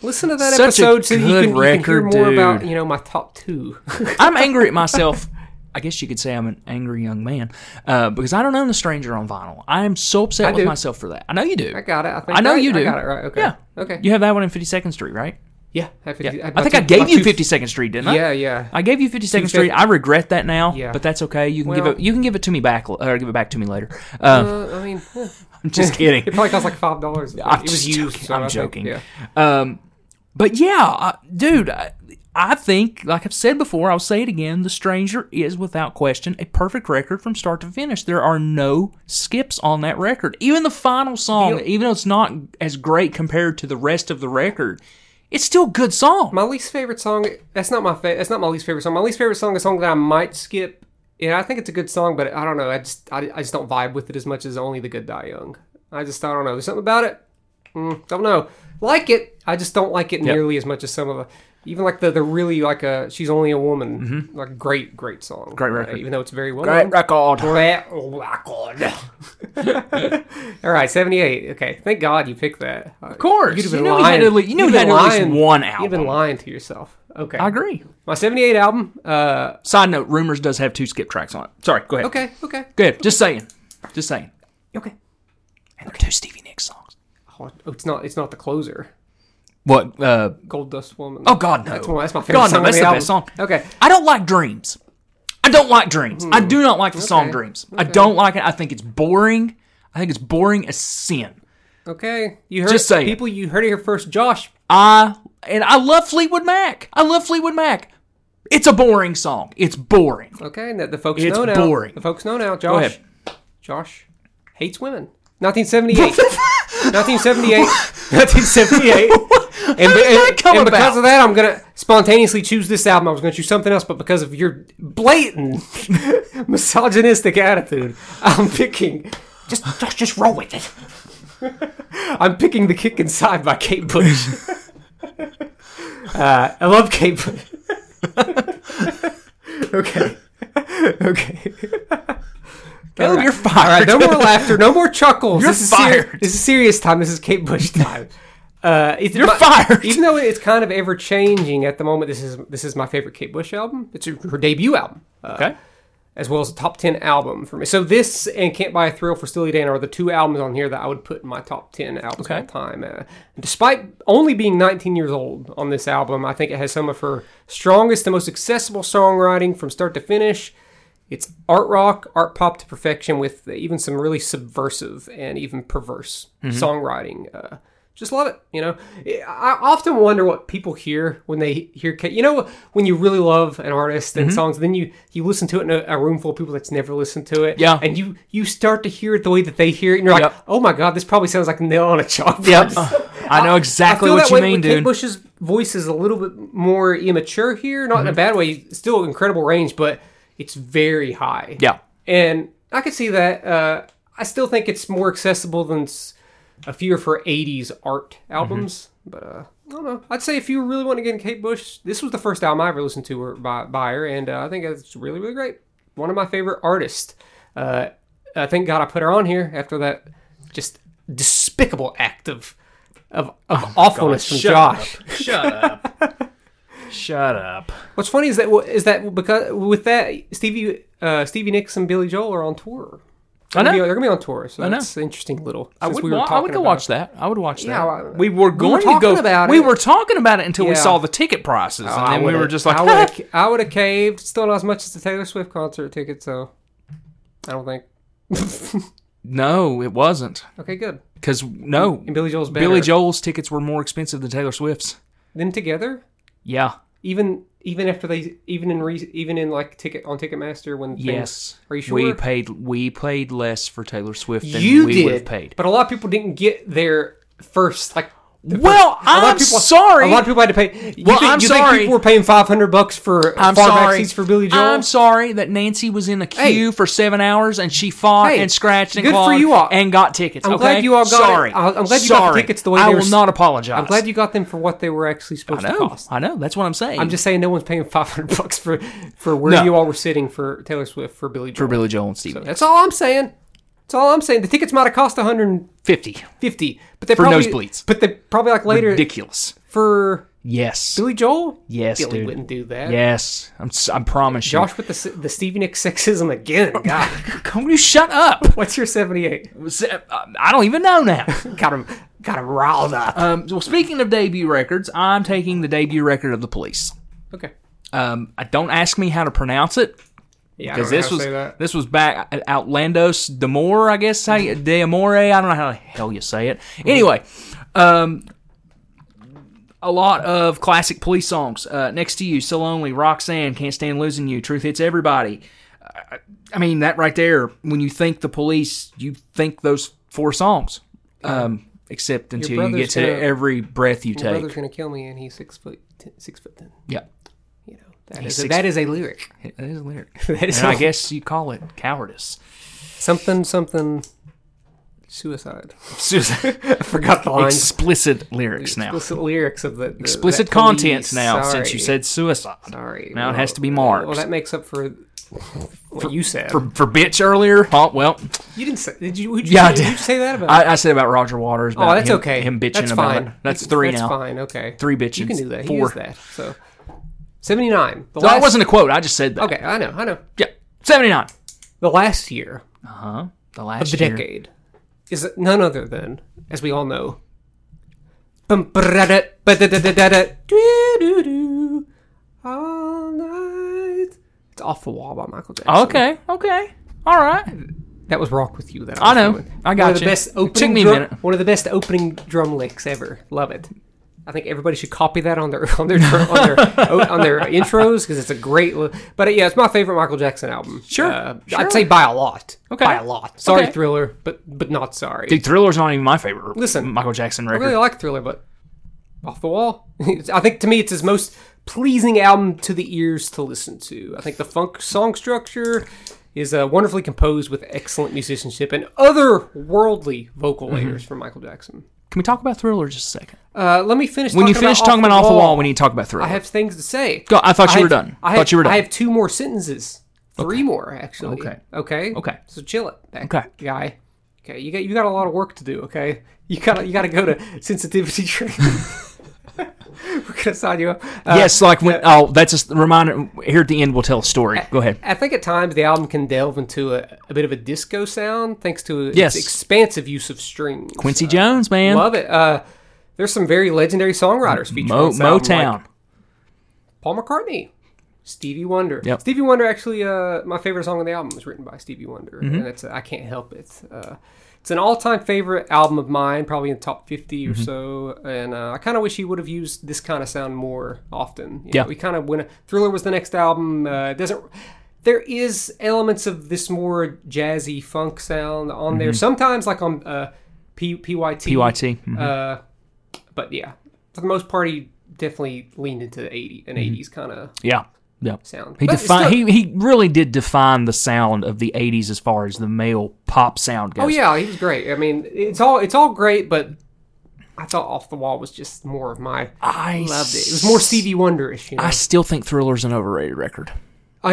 [SPEAKER 2] Listen to that
[SPEAKER 1] Such a
[SPEAKER 2] episode so you
[SPEAKER 1] good
[SPEAKER 2] can, you can hear
[SPEAKER 1] record,
[SPEAKER 2] more about
[SPEAKER 1] dude.
[SPEAKER 2] you know my top two.
[SPEAKER 1] I'm angry at myself. I guess you could say I'm an angry young man uh, because I don't own The Stranger on vinyl. I am so upset with
[SPEAKER 2] do.
[SPEAKER 1] myself for that. I know you do.
[SPEAKER 2] I got it. I, think,
[SPEAKER 1] I know
[SPEAKER 2] right?
[SPEAKER 1] you do.
[SPEAKER 2] I got it right. Okay.
[SPEAKER 1] Yeah.
[SPEAKER 2] Okay.
[SPEAKER 1] You have that one in 52nd Street, right?
[SPEAKER 2] yeah. I, have 50
[SPEAKER 1] I think I
[SPEAKER 2] two-
[SPEAKER 1] gave you
[SPEAKER 2] two-
[SPEAKER 1] 52nd Street, didn't I?
[SPEAKER 2] Yeah. Yeah.
[SPEAKER 1] I gave you 52nd
[SPEAKER 2] Two
[SPEAKER 1] Street.
[SPEAKER 2] fifty.
[SPEAKER 1] I regret that now,
[SPEAKER 2] Yeah.
[SPEAKER 1] but that's okay. You can
[SPEAKER 2] Well-
[SPEAKER 1] give it. You can give it to me back, or give it back to me later. Um,
[SPEAKER 2] Uh, I mean, eh,
[SPEAKER 1] I'm just kidding.
[SPEAKER 2] it probably cost like five dollars. It
[SPEAKER 1] I'm
[SPEAKER 2] was
[SPEAKER 1] just
[SPEAKER 2] used.
[SPEAKER 1] joking.
[SPEAKER 2] so
[SPEAKER 1] I'm
[SPEAKER 2] I think-
[SPEAKER 1] joking.
[SPEAKER 2] yeah.
[SPEAKER 1] Um, but yeah, I, dude, I, I think, like I've said before, I'll say it again: The Stranger is without question a perfect record from start to finish. There are no skips on that record. Even the final song, even though it's not as great compared to the rest of the record, it's still a good song.
[SPEAKER 2] My least favorite song. That's not my. Fa- that's not my least favorite song. My least favorite song is a song that I might skip. And I think it's a good song, but I don't know. I just I, I just don't vibe with it as much as only the good die young. I just I don't know. There's something about it. Mm, don't know. Like it. I just don't like it nearly as much as some of the. Even like the the really like a she's only a woman like great great song
[SPEAKER 1] Mm-hmm. Great
[SPEAKER 2] Uh,
[SPEAKER 1] record.
[SPEAKER 2] even though it's very well known.
[SPEAKER 1] record.
[SPEAKER 2] Black record. All right, seventy-eight. Okay, thank God you picked that. Uh, Of
[SPEAKER 1] course.
[SPEAKER 2] you'd have been
[SPEAKER 1] You knew we had
[SPEAKER 2] lying.
[SPEAKER 1] at le- you knew
[SPEAKER 2] You'd
[SPEAKER 1] we
[SPEAKER 2] have
[SPEAKER 1] had
[SPEAKER 2] been
[SPEAKER 1] at least
[SPEAKER 2] lying-
[SPEAKER 1] one
[SPEAKER 2] You've been
[SPEAKER 1] album.
[SPEAKER 2] lying to yourself. Okay,
[SPEAKER 1] I agree.
[SPEAKER 2] My seventy-eight album. Uh,
[SPEAKER 1] Side note: Rumors does have two skip tracks on it. Sorry, go ahead.
[SPEAKER 2] okay, okay,
[SPEAKER 1] Go ahead. Just saying. Just saying.
[SPEAKER 2] okay.
[SPEAKER 1] And they're two Stevie Nicks songs.
[SPEAKER 2] Oh, it's not. It's not the closer.
[SPEAKER 1] What? Uh,
[SPEAKER 2] Gold Dust Woman.
[SPEAKER 1] oh God, no!
[SPEAKER 2] That's, one, that's my favorite
[SPEAKER 1] God,
[SPEAKER 2] song.
[SPEAKER 1] no, that's
[SPEAKER 2] on
[SPEAKER 1] the
[SPEAKER 2] the,
[SPEAKER 1] best
[SPEAKER 2] album.
[SPEAKER 1] song.
[SPEAKER 2] Okay.
[SPEAKER 1] I don't like Dreams. I don't like Dreams. I do not like the song
[SPEAKER 2] Okay.
[SPEAKER 1] Dreams. I don't like it. I think it's boring. I think it's boring as sin.
[SPEAKER 2] Okay. You heard
[SPEAKER 1] Just
[SPEAKER 2] it,
[SPEAKER 1] saying.
[SPEAKER 2] people you heard it here first. Josh.
[SPEAKER 1] I and I love Fleetwood Mac. I love Fleetwood Mac. It's a boring song. It's boring.
[SPEAKER 2] Okay, and that the folks
[SPEAKER 1] It's
[SPEAKER 2] know now.
[SPEAKER 1] boring.
[SPEAKER 2] The folks know now. Josh.
[SPEAKER 1] ahead.
[SPEAKER 2] Josh hates women. 1978. 1978. 1978.
[SPEAKER 1] How
[SPEAKER 2] And,
[SPEAKER 1] did that
[SPEAKER 2] and-
[SPEAKER 1] come
[SPEAKER 2] and because
[SPEAKER 1] about?
[SPEAKER 2] of that, I'm gonna spontaneously choose this album. I was gonna choose something else, but because of your blatant misogynistic attitude, I'm picking.
[SPEAKER 1] Just just, just roll with it.
[SPEAKER 2] I'm picking the kick inside by Kate Bush. uh, I love Kate Bush. okay. Okay.
[SPEAKER 1] Caleb,
[SPEAKER 2] right.
[SPEAKER 1] you're fired.
[SPEAKER 2] All right, no more laughter, no more chuckles.
[SPEAKER 1] You're
[SPEAKER 2] this is seri-
[SPEAKER 1] fired.
[SPEAKER 2] this is serious time. This is Kate Bush time. Uh, it's
[SPEAKER 1] You're fired.
[SPEAKER 2] Even though it's kind of ever changing at the moment, this is this is my favorite Kate Bush album. It's her, her debut album, uh,
[SPEAKER 1] okay.
[SPEAKER 2] as well as a top ten album for me. So this and Can't Buy a Thrill for Steely Dan are the two albums on here that I would put in my top ten albums
[SPEAKER 1] Okay.
[SPEAKER 2] of all time. Uh, despite only being 19 years old on this album, I think it has some of her strongest and most accessible songwriting from start to finish. It's art rock, art pop to perfection, with even some really subversive and even perverse songwriting. Uh, just love it, you know. I I often wonder what people hear when they hear, Kate. you know, when you really love an artist and songs, then you you listen to it in a, a room full of people that's never listened to it,
[SPEAKER 1] Yeah.
[SPEAKER 2] and you you start to hear it the way that they hear it, and you're like,
[SPEAKER 1] Yep.
[SPEAKER 2] oh my god, this probably sounds like nail on a chalkboard.
[SPEAKER 1] I know exactly
[SPEAKER 2] I feel
[SPEAKER 1] what
[SPEAKER 2] that
[SPEAKER 1] you
[SPEAKER 2] way
[SPEAKER 1] mean,
[SPEAKER 2] with Kate
[SPEAKER 1] dude.
[SPEAKER 2] Bush's voice is a little bit more immature here, not in
[SPEAKER 1] Mm-hmm.
[SPEAKER 2] a bad way. Still incredible range, but it's very high.
[SPEAKER 1] Yeah.
[SPEAKER 2] and I could see that. Uh, I still think it's more accessible than s- a few of her '80s art albums,
[SPEAKER 1] Mm-hmm.
[SPEAKER 2] but uh, I don't know. I'd say if you really want to get in Kate Bush, this was the first album I ever listened to her by, by her, and uh, I think it's really, really great. One of my favorite artists. Uh, uh, thank God I put her on here after that just despicable act of of, of awfulness from
[SPEAKER 1] Oh, shut
[SPEAKER 2] Josh.
[SPEAKER 1] Shut up. Shut up.
[SPEAKER 2] What's funny is that is that because with that Stevie uh, Stevie Nicks and Billy Joel are on tour. They're
[SPEAKER 1] I know.
[SPEAKER 2] gonna be- they're gonna be on tour, so
[SPEAKER 1] know.
[SPEAKER 2] that's an interesting little.
[SPEAKER 1] I
[SPEAKER 2] since
[SPEAKER 1] would,
[SPEAKER 2] we were
[SPEAKER 1] wa- I
[SPEAKER 2] talking
[SPEAKER 1] would go
[SPEAKER 2] about
[SPEAKER 1] watch
[SPEAKER 2] it.
[SPEAKER 1] that. I would watch that.
[SPEAKER 2] Yeah, I-
[SPEAKER 1] we were going to
[SPEAKER 2] talking
[SPEAKER 1] go.
[SPEAKER 2] about
[SPEAKER 1] we
[SPEAKER 2] it.
[SPEAKER 1] were talking about it until we
[SPEAKER 2] Yeah.
[SPEAKER 1] saw the ticket prices,
[SPEAKER 2] Oh,
[SPEAKER 1] and
[SPEAKER 2] I
[SPEAKER 1] then we
[SPEAKER 2] would've-
[SPEAKER 1] were just like,
[SPEAKER 2] I would have, I would have caved. Still not as much as the Taylor Swift concert ticket, so I don't think.
[SPEAKER 1] "No, it wasn't."
[SPEAKER 2] Okay, good.
[SPEAKER 1] Because no,
[SPEAKER 2] And Billy Joel's better.
[SPEAKER 1] Billy Joel's tickets were more expensive than Taylor Swift's.
[SPEAKER 2] them together,
[SPEAKER 1] Yeah.
[SPEAKER 2] even even after they even in re, even in like ticket on Ticketmaster when things-
[SPEAKER 1] Yes.
[SPEAKER 2] are you sure
[SPEAKER 1] We paid we paid less for Taylor Swift than
[SPEAKER 2] you
[SPEAKER 1] we
[SPEAKER 2] did
[SPEAKER 1] would have paid.
[SPEAKER 2] but a lot of people didn't get there first like. the
[SPEAKER 1] Well,
[SPEAKER 2] first- a lot of
[SPEAKER 1] I'm
[SPEAKER 2] people-
[SPEAKER 1] sorry.
[SPEAKER 2] A lot of people had to pay. You
[SPEAKER 1] Well,
[SPEAKER 2] think,
[SPEAKER 1] I'm
[SPEAKER 2] you
[SPEAKER 1] sorry.
[SPEAKER 2] Think people were paying five hundred bucks for
[SPEAKER 1] I'm
[SPEAKER 2] far back
[SPEAKER 1] sorry.
[SPEAKER 2] seats for Billy Joel.
[SPEAKER 1] I'm sorry that Nancy was in a queue
[SPEAKER 2] Hey.
[SPEAKER 1] for seven hours and she fought
[SPEAKER 2] Hey,
[SPEAKER 1] and scratched and
[SPEAKER 2] good for
[SPEAKER 1] clawed
[SPEAKER 2] you all.
[SPEAKER 1] and got tickets.
[SPEAKER 2] I'm
[SPEAKER 1] okay?
[SPEAKER 2] glad you all got it.
[SPEAKER 1] sorry.
[SPEAKER 2] I'm- I'm glad you got the
[SPEAKER 1] sorry.
[SPEAKER 2] tickets the way
[SPEAKER 1] I
[SPEAKER 2] they
[SPEAKER 1] will
[SPEAKER 2] were-
[SPEAKER 1] not apologize.
[SPEAKER 2] I'm glad you got them for what they were actually supposed
[SPEAKER 1] I
[SPEAKER 2] to
[SPEAKER 1] know.
[SPEAKER 2] cost.
[SPEAKER 1] I know. That's what I'm saying.
[SPEAKER 2] I'm just saying, no one's paying five hundred bucks for for where
[SPEAKER 1] No.
[SPEAKER 2] you all were sitting for Taylor Swift for Billy Joel.
[SPEAKER 1] for Billy Joel and Stevie.
[SPEAKER 2] That's all I'm saying. That's all I'm saying. The tickets might have cost 150,
[SPEAKER 1] Fifty.
[SPEAKER 2] but they
[SPEAKER 1] For
[SPEAKER 2] probably
[SPEAKER 1] nosebleeds.
[SPEAKER 2] But they probably like later
[SPEAKER 1] Ridiculous.
[SPEAKER 2] for
[SPEAKER 1] Yes.
[SPEAKER 2] Billy Joel.
[SPEAKER 1] Yes,
[SPEAKER 2] Billy
[SPEAKER 1] dude.
[SPEAKER 2] wouldn't do that.
[SPEAKER 1] Yes. I'm. s- I promise you.
[SPEAKER 2] Josh with the s- the Stevie Nicks sexism again. God,
[SPEAKER 1] Come, you shut up. uh,
[SPEAKER 2] what's your 78?
[SPEAKER 1] I don't even know now.
[SPEAKER 2] Got him, got him riled up.
[SPEAKER 1] Um, well, speaking of debut records, I'm taking the debut record of the Police.
[SPEAKER 2] Okay.
[SPEAKER 1] Um, I don't ask me how to pronounce it
[SPEAKER 2] Yeah,
[SPEAKER 1] because this was this was back Outlandos Demore, I guess. How you, De Amore. I don't know how the hell you say it. Anyway, um, a lot of classic Police songs. Uh, Next to you, So Lonely, Roxanne, Can't Stand Losing You, Truth Hits Everybody. I- I mean that right there. When you think the Police, you think those four songs. Um, except until you
[SPEAKER 2] brother's
[SPEAKER 1] get to
[SPEAKER 2] gonna-
[SPEAKER 1] every breath you
[SPEAKER 2] My
[SPEAKER 1] take.
[SPEAKER 2] brother's gonna kill me, and he's six foot, ten, six foot ten.
[SPEAKER 1] Yeah.
[SPEAKER 2] You know that is
[SPEAKER 1] six
[SPEAKER 2] that is a lyric.
[SPEAKER 1] It is a lyric.
[SPEAKER 2] That is
[SPEAKER 1] and I
[SPEAKER 2] a-
[SPEAKER 1] guess you call it cowardice.
[SPEAKER 2] something something suicide.
[SPEAKER 1] Explicit
[SPEAKER 2] I forgot the
[SPEAKER 1] lyrics
[SPEAKER 2] lines.
[SPEAKER 1] now.
[SPEAKER 2] explicit lyrics of the, the
[SPEAKER 1] Explicit
[SPEAKER 2] that police.
[SPEAKER 1] contents now since you
[SPEAKER 2] Sorry.
[SPEAKER 1] said suicide.
[SPEAKER 2] sorry.
[SPEAKER 1] Now it
[SPEAKER 2] Well,
[SPEAKER 1] has to be marked.
[SPEAKER 2] Well, that makes up for what you said.
[SPEAKER 1] for, for bitch earlier, huh? Well,
[SPEAKER 2] you didn't say. Did you? Who'd you
[SPEAKER 1] Yeah, I
[SPEAKER 2] say,
[SPEAKER 1] did.
[SPEAKER 2] who'd you say that about?
[SPEAKER 1] I, I said about Roger Waters.
[SPEAKER 2] oh,
[SPEAKER 1] about
[SPEAKER 2] that's
[SPEAKER 1] him-
[SPEAKER 2] okay.
[SPEAKER 1] Him bitching
[SPEAKER 2] that's
[SPEAKER 1] about
[SPEAKER 2] fine.
[SPEAKER 1] it. That's
[SPEAKER 2] You-
[SPEAKER 1] three
[SPEAKER 2] that's
[SPEAKER 1] now.
[SPEAKER 2] fine. Okay.
[SPEAKER 1] Three bitches.
[SPEAKER 2] You can do that. He
[SPEAKER 1] Four.
[SPEAKER 2] is that. So seventy nine. The
[SPEAKER 1] So that wasn't a quote. I just said that.
[SPEAKER 2] Okay, I know. I know.
[SPEAKER 1] Yeah. Seventy nine.
[SPEAKER 2] The last year
[SPEAKER 1] Uh huh. The
[SPEAKER 2] of
[SPEAKER 1] last
[SPEAKER 2] the
[SPEAKER 1] year.
[SPEAKER 2] decade is none other than, as we all know, Bum, ba-da-da, ba-da-da-da-da-da, doo-doo-doo, All night. It's off the wall by Michael Jackson.
[SPEAKER 1] Okay, okay, all right.
[SPEAKER 2] That was Rock with You. That
[SPEAKER 1] I
[SPEAKER 2] I, was
[SPEAKER 1] know.
[SPEAKER 2] Doing.
[SPEAKER 1] I
[SPEAKER 2] One
[SPEAKER 1] got
[SPEAKER 2] of the
[SPEAKER 1] you.
[SPEAKER 2] best
[SPEAKER 1] It
[SPEAKER 2] opening
[SPEAKER 1] took me a
[SPEAKER 2] drum,
[SPEAKER 1] minute.
[SPEAKER 2] One of the best opening drum licks ever. Love it. I think everybody should copy that on their on their drum- on their o- on their intros because it's a great. Li- but uh, yeah, it's my favorite Michael Jackson album.
[SPEAKER 1] Sure,
[SPEAKER 2] Uh,
[SPEAKER 1] sure.
[SPEAKER 2] I'd say by a lot.
[SPEAKER 1] Okay.
[SPEAKER 2] by a lot. Sorry,
[SPEAKER 1] Okay.
[SPEAKER 2] Thriller, but but not sorry.
[SPEAKER 1] Dude, Thriller's not even my favorite.
[SPEAKER 2] Listen,
[SPEAKER 1] Michael Jackson
[SPEAKER 2] I
[SPEAKER 1] record.
[SPEAKER 2] really like Thriller, but off the wall. It's- I think to me, it's his most pleasing album to the ears to listen to. I think the funk song structure is uh, wonderfully composed with excellent musicianship and otherworldly
[SPEAKER 1] Mm-hmm.
[SPEAKER 2] vocal layers from Michael Jackson.
[SPEAKER 1] Can we talk about Thriller just a second?
[SPEAKER 2] Uh, let me finish.
[SPEAKER 1] When
[SPEAKER 2] talking
[SPEAKER 1] you finish
[SPEAKER 2] about
[SPEAKER 1] talking
[SPEAKER 2] off
[SPEAKER 1] about Off the Wall, we need to talk about Thriller.
[SPEAKER 2] I have things to say.
[SPEAKER 1] Go- I thought you
[SPEAKER 2] have-
[SPEAKER 1] were done.
[SPEAKER 2] I
[SPEAKER 1] Thought
[SPEAKER 2] have,
[SPEAKER 1] you were done.
[SPEAKER 2] I have two more sentences. Three more actually.
[SPEAKER 1] Okay.
[SPEAKER 2] Okay.
[SPEAKER 1] Okay.
[SPEAKER 2] So chill it, back
[SPEAKER 1] Okay.
[SPEAKER 2] guy. Okay. You got you got a lot of work to do. Okay. You got to you got to go to sensitivity training. we're gonna sign you up. Uh,
[SPEAKER 1] yes, like when. Oh, that's just a reminder. Here at the end, we'll tell a story. Go ahead.
[SPEAKER 2] I think at times the album can delve into a, a bit of a disco sound thanks to its
[SPEAKER 1] Yes.
[SPEAKER 2] expansive use of strings.
[SPEAKER 1] Quincy Jones, man.
[SPEAKER 2] Love it. Uh, there's some very legendary songwriters featured on
[SPEAKER 1] Mo-
[SPEAKER 2] this album, like
[SPEAKER 1] Motown.
[SPEAKER 2] Paul McCartney, Stevie Wonder.
[SPEAKER 1] Yep.
[SPEAKER 2] Stevie Wonder actually, uh, my favorite song on the album was written by Stevie Wonder,
[SPEAKER 1] Mm-hmm.
[SPEAKER 2] and it's I can't help it. Uh, it's an all-time favorite album of mine, probably in the top 50
[SPEAKER 1] Mm-hmm.
[SPEAKER 2] or so. And uh, I kind of wish he would have used this kind of sound more often. You
[SPEAKER 1] Yeah.
[SPEAKER 2] know, we kind of went. Thriller was the next album. Uh, it doesn't. There is elements of this more jazzy funk sound on
[SPEAKER 1] Mm-hmm.
[SPEAKER 2] there. Sometimes, like on uh, P- PYT.
[SPEAKER 1] PYT. mhm.
[SPEAKER 2] Uh, but yeah, for the most part, he definitely leaned into the 80 an 80s kind of
[SPEAKER 1] yeah. Yeah.
[SPEAKER 2] sound.
[SPEAKER 1] Mm-hmm. He
[SPEAKER 2] But it's
[SPEAKER 1] defined.
[SPEAKER 2] still-
[SPEAKER 1] He he really did define the sound of the '80s as far as the male pop sound goes.
[SPEAKER 2] Oh yeah, he was great. I mean, it's all it's all great, but I thought Off the Wall was just more of my. I
[SPEAKER 1] I
[SPEAKER 2] loved it. It was more Stevie Wonder-ish. You know?
[SPEAKER 1] I
[SPEAKER 2] I,
[SPEAKER 1] still think Thriller's an overrated record.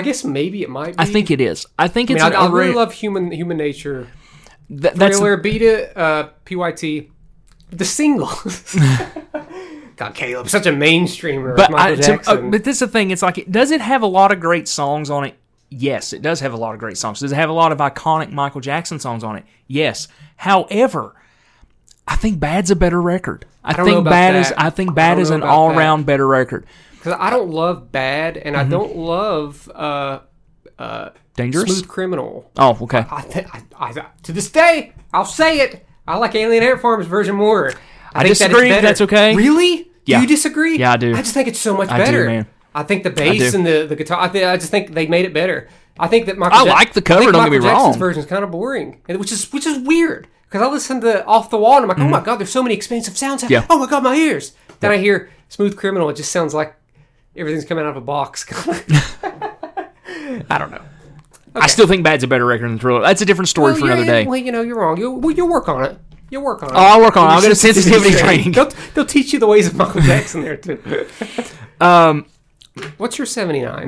[SPEAKER 2] guess maybe it might. be.
[SPEAKER 1] I think it is. I think
[SPEAKER 2] I,
[SPEAKER 1] it's
[SPEAKER 2] mean,
[SPEAKER 1] an
[SPEAKER 2] I, I
[SPEAKER 1] overrated.
[SPEAKER 2] really love Human Human Nature.
[SPEAKER 1] th- that's
[SPEAKER 2] Thriller, beat it, uh, PYT, the single. God, Caleb, such a mainstreamer.
[SPEAKER 1] But
[SPEAKER 2] But Michael
[SPEAKER 1] I, to, uh,
[SPEAKER 2] Jackson.
[SPEAKER 1] but this is the thing. It's like, it, does it have a lot of great songs on it? Yes, it does have a lot of great songs. Does it have a lot of iconic Michael Jackson songs on it? Yes. However, I think Bad's a better record. I,
[SPEAKER 2] don't know
[SPEAKER 1] think
[SPEAKER 2] about
[SPEAKER 1] Bad is.
[SPEAKER 2] that.
[SPEAKER 1] I think
[SPEAKER 2] I
[SPEAKER 1] Bad
[SPEAKER 2] don't
[SPEAKER 1] is
[SPEAKER 2] know
[SPEAKER 1] an
[SPEAKER 2] about that.
[SPEAKER 1] all round better record.
[SPEAKER 2] because I don't love bad, and
[SPEAKER 1] Mm-hmm.
[SPEAKER 2] I don't love uh, uh,
[SPEAKER 1] Dangerous.
[SPEAKER 2] smooth criminal.
[SPEAKER 1] Oh, okay.
[SPEAKER 2] I, th- I, I, to this day, I'll say it. I like Alien Ant Farm's version more. I, think that it's
[SPEAKER 1] disagree, but
[SPEAKER 2] better.
[SPEAKER 1] that's okay.
[SPEAKER 2] Really?
[SPEAKER 1] Yeah.
[SPEAKER 2] Do you disagree?
[SPEAKER 1] Yeah, I do.
[SPEAKER 2] I just think it's so much
[SPEAKER 1] do,
[SPEAKER 2] better.
[SPEAKER 1] man.
[SPEAKER 2] I think the bass
[SPEAKER 1] do.
[SPEAKER 2] and the, the guitar. I, th- I just think they made it better. I think that Michael.
[SPEAKER 1] I like the cover,
[SPEAKER 2] I think
[SPEAKER 1] don't get
[SPEAKER 2] Michael
[SPEAKER 1] me
[SPEAKER 2] Jackson's
[SPEAKER 1] wrong.
[SPEAKER 2] version is kind of boring, and which is which is weird because I listen to Off the Wall and I'm like, oh my god, there's so many expansive sounds.
[SPEAKER 1] Mm-hmm. Yeah.
[SPEAKER 2] Oh my god, my ears. Then I hear Smooth Criminal. It just sounds like everything's coming out of a box. I don't know.
[SPEAKER 1] I still think Bad's a better record than Thriller. That's a different story for
[SPEAKER 2] yeah,
[SPEAKER 1] another
[SPEAKER 2] yeah,
[SPEAKER 1] day. Oh,
[SPEAKER 2] Well, you know, you're wrong. You well, you work on it. You work on it.
[SPEAKER 1] I'll work on it.
[SPEAKER 2] Your
[SPEAKER 1] I'll get a sensitivity training.
[SPEAKER 2] They'll, they'll teach you the ways of Michael Jackson there too. um, what's your '79?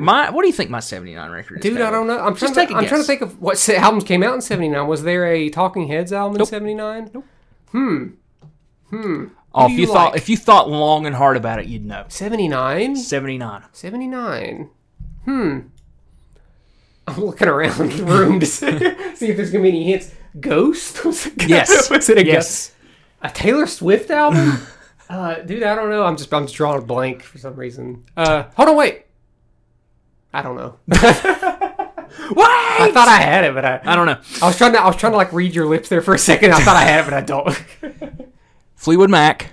[SPEAKER 1] My, what do you think my '79 record is?
[SPEAKER 2] Dude, I
[SPEAKER 1] Taylor?
[SPEAKER 2] don't know. I'm
[SPEAKER 1] Just
[SPEAKER 2] trying. to,
[SPEAKER 1] take a
[SPEAKER 2] I'm
[SPEAKER 1] guess.
[SPEAKER 2] trying to think of what s- albums came out in '79. Was there a Talking Heads album in '79? Nope.
[SPEAKER 1] Oh,
[SPEAKER 2] do
[SPEAKER 1] if you
[SPEAKER 2] you
[SPEAKER 1] thought
[SPEAKER 2] like?
[SPEAKER 1] if you thought long and hard about it, you'd know.
[SPEAKER 2] '79.
[SPEAKER 1] '79.
[SPEAKER 2] '79. Hmm. I'm looking around the room to see, see if there's gonna be any hints. Ghost. Was it Ghost?
[SPEAKER 1] Yes.
[SPEAKER 2] Was it a Ghost?
[SPEAKER 1] yes.
[SPEAKER 2] a Taylor Swift album? uh, dude, I don't know. I'm just I'm just drawing a blank for some reason. Uh, hold on, wait. I don't know.
[SPEAKER 1] What?
[SPEAKER 2] I thought I had it, but I
[SPEAKER 1] I don't know.
[SPEAKER 2] I was trying to I was trying to like read your lips there for a second. I thought I had it, but I don't.
[SPEAKER 1] Fleetwood Mac,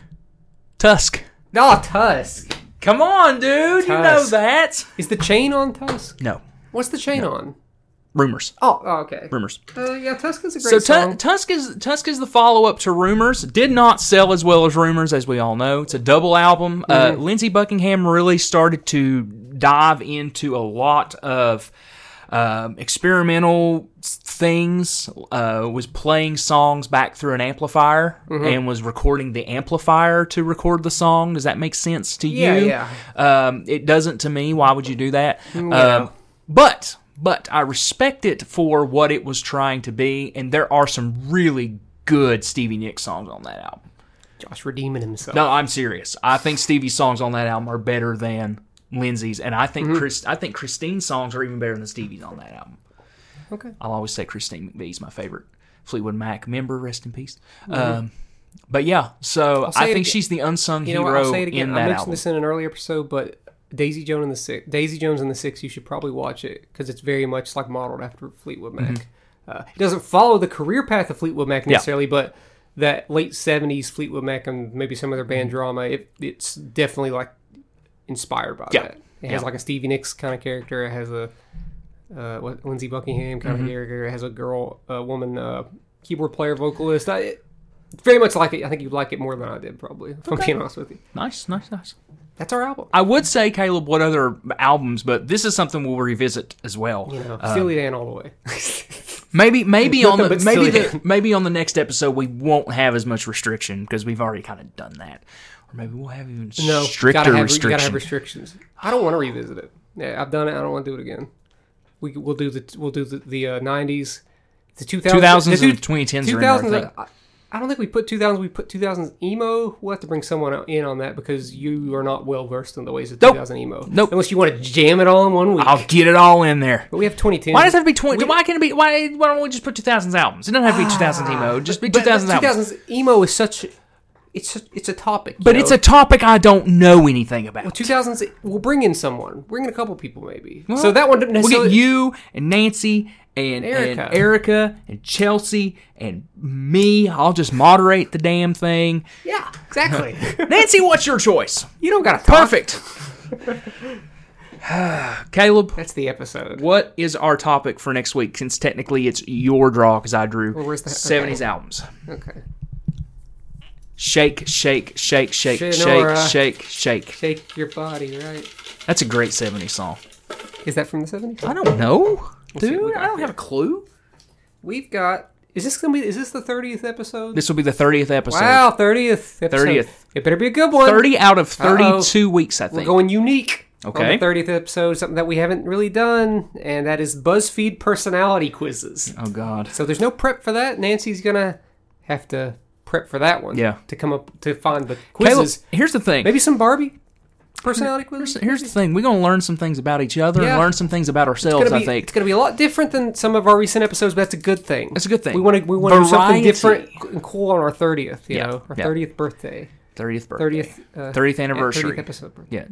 [SPEAKER 1] Tusk.
[SPEAKER 2] no, Tusk.
[SPEAKER 1] Come on, dude. You know
[SPEAKER 2] Tusk.
[SPEAKER 1] that.
[SPEAKER 2] Is the chain on Tusk?
[SPEAKER 1] No.
[SPEAKER 2] What's the chain on?
[SPEAKER 1] Rumors.
[SPEAKER 2] Oh, oh, okay.
[SPEAKER 1] Rumors.
[SPEAKER 2] Uh, yeah, Tusk is a
[SPEAKER 1] So
[SPEAKER 2] great
[SPEAKER 1] Tu
[SPEAKER 2] song.
[SPEAKER 1] Tusk is Tusk is the follow up to Rumors. Did not sell as well as Rumors, as we all know. It's a double album. Uh, Lindsey Buckingham really started to dive into a lot of um, experimental s- things. Uh, was playing songs back through an amplifier and was recording the amplifier to record the song. Does that make sense to
[SPEAKER 2] Yeah,
[SPEAKER 1] you?
[SPEAKER 2] yeah. Mm,
[SPEAKER 1] Um, it doesn't to me. Why would you do that? Um, but but I respect it for what it was trying to be, and there are some really good Stevie Nicks songs on that album.
[SPEAKER 2] Josh redeeming himself.
[SPEAKER 1] No, I'm serious. I think Stevie's songs on that album are better than Lindsay's, and I
[SPEAKER 2] Mm-hmm.
[SPEAKER 1] think Chris, I think Christine's songs are even better than Stevie's on that album.
[SPEAKER 2] Okay.
[SPEAKER 1] I'll always say Christine McVie's my favorite Fleetwood Mac member. Rest in peace. Um, But yeah, so
[SPEAKER 2] Mm-hmm. I'll say
[SPEAKER 1] I
[SPEAKER 2] it
[SPEAKER 1] think
[SPEAKER 2] ag-
[SPEAKER 1] she's the unsung
[SPEAKER 2] You know, what,
[SPEAKER 1] hero
[SPEAKER 2] I'll say it again.
[SPEAKER 1] in
[SPEAKER 2] I
[SPEAKER 1] that
[SPEAKER 2] mentioned
[SPEAKER 1] album.
[SPEAKER 2] this in an earlier episode, but Daisy Jones and the Six, Daisy Jones and the Six, you should probably watch it because it's very much like modeled after Fleetwood Mac.
[SPEAKER 1] Mm-hmm.
[SPEAKER 2] Uh, it doesn't follow the career path of Fleetwood Mac necessarily, but that late '70s Fleetwood Mac and maybe some other band
[SPEAKER 1] Mm-hmm.
[SPEAKER 2] drama, it, it's definitely like inspired by
[SPEAKER 1] Yeah.
[SPEAKER 2] that. It has
[SPEAKER 1] Yeah.
[SPEAKER 2] like a Stevie Nicks kind of character. It has a uh, what, Lindsey Buckingham kind
[SPEAKER 1] Mm-hmm.
[SPEAKER 2] of character. It has a girl, a woman, uh, keyboard player, vocalist. I, it, very much like it. I think you'd like it more than I did, probably. If I'm being honest with you.
[SPEAKER 1] Nice, nice, nice.
[SPEAKER 2] That's our album.
[SPEAKER 1] I would say Caleb, what other albums, but this is something we'll revisit as well.
[SPEAKER 2] You know, Steely Dan all the way.
[SPEAKER 1] Maybe, maybe on the
[SPEAKER 2] But still,
[SPEAKER 1] maybe
[SPEAKER 2] yeah.
[SPEAKER 1] the, maybe on the next episode we won't have as much restriction because we've already kind of done that, or maybe we'll have even
[SPEAKER 2] No,
[SPEAKER 1] stricter
[SPEAKER 2] gotta have, You gotta
[SPEAKER 1] restriction.
[SPEAKER 2] have restrictions. I don't want to revisit it. Yeah, I've done it. I don't want to do it again. We we'll do the we'll do the, the uh, '90s, the 2000s,
[SPEAKER 1] 2000s
[SPEAKER 2] the
[SPEAKER 1] and 2010s are in there, I
[SPEAKER 2] 2000s.
[SPEAKER 1] think.
[SPEAKER 2] I, I don't think we put 2000s. We put 2000s emo. We'll have to bring someone in on that because you are not well versed in the ways of
[SPEAKER 1] Nope.
[SPEAKER 2] 2000 emo.
[SPEAKER 1] Nope.
[SPEAKER 2] Unless you want to jam it all in one week.
[SPEAKER 1] I'll get it all in there.
[SPEAKER 2] but we have 2010.
[SPEAKER 1] Why does it have to be twenty? Why can't it be? Why, why don't we just put two thousands albums? It doesn't have to be two thousands emo. Just be two
[SPEAKER 2] But
[SPEAKER 1] thousands albums.
[SPEAKER 2] 2000s emo is such. It's such- it's a topic. you
[SPEAKER 1] But
[SPEAKER 2] know?
[SPEAKER 1] it's a topic I don't know anything about.
[SPEAKER 2] 2000s. We'll bring in someone. Bring in a couple people, maybe. so that one didn't
[SPEAKER 1] We'll
[SPEAKER 2] necessarily.
[SPEAKER 1] get you and Nancy and Erica.
[SPEAKER 2] Erica.
[SPEAKER 1] and Erica and Chelsea and me. I'll just moderate the damn thing.
[SPEAKER 2] Yeah, exactly.
[SPEAKER 1] Nancy, what's your choice?
[SPEAKER 2] you don't got to.
[SPEAKER 1] Perfect. Caleb,
[SPEAKER 2] That's the episode.
[SPEAKER 1] what is our topic for next week? Since technically it's your draw because I drew
[SPEAKER 2] where's the- okay.
[SPEAKER 1] seventies albums.
[SPEAKER 2] Okay.
[SPEAKER 1] Shake, shake, shake, shake,
[SPEAKER 2] Shenora.
[SPEAKER 1] shake, shake, shake.
[SPEAKER 2] Shake your body, right?
[SPEAKER 1] That's a great seventies song.
[SPEAKER 2] Is that from the 70s?
[SPEAKER 1] I don't know,
[SPEAKER 2] see what we
[SPEAKER 1] dude.
[SPEAKER 2] got
[SPEAKER 1] I don't have a clue.
[SPEAKER 2] We've got. Is this gonna be? Is this the 30th episode?
[SPEAKER 1] This will be the thirtieth episode.
[SPEAKER 2] wow, 30th. Episode.
[SPEAKER 1] 30th.
[SPEAKER 2] It better be a good one.
[SPEAKER 1] 30 out of
[SPEAKER 2] Uh-oh.
[SPEAKER 1] 32 weeks, I
[SPEAKER 2] We're
[SPEAKER 1] think.
[SPEAKER 2] going unique.
[SPEAKER 1] Okay.
[SPEAKER 2] On the 30th episode, something that we haven't really done, and that is BuzzFeed personality quizzes.
[SPEAKER 1] oh, God.
[SPEAKER 2] So there's no prep for that. Nancy's gonna have to prep for that one.
[SPEAKER 1] Yeah.
[SPEAKER 2] To come up to find the
[SPEAKER 1] Caleb,
[SPEAKER 2] quizzes.
[SPEAKER 1] here's the thing.
[SPEAKER 2] Maybe some Barbie personality quizzes.
[SPEAKER 1] Here's- Here's the thing. We're going to learn some things about each other
[SPEAKER 2] Yeah.
[SPEAKER 1] and learn some things about
[SPEAKER 2] It's
[SPEAKER 1] ourselves,
[SPEAKER 2] gonna,
[SPEAKER 1] I
[SPEAKER 2] be,
[SPEAKER 1] think.
[SPEAKER 2] it's gonna be a lot different than some of our recent episodes, but that's a good thing.
[SPEAKER 1] That's a good thing.
[SPEAKER 2] We want to we want to do something
[SPEAKER 1] Variety.
[SPEAKER 2] different and cool on our thirtieth, you
[SPEAKER 1] Yeah,
[SPEAKER 2] know, our
[SPEAKER 1] yeah.
[SPEAKER 2] thirtieth birthday,
[SPEAKER 1] 30th birthday.
[SPEAKER 2] thirtieth uh,
[SPEAKER 1] 30th anniversary.
[SPEAKER 2] thirtieth episode. Birthday.
[SPEAKER 1] Yeah.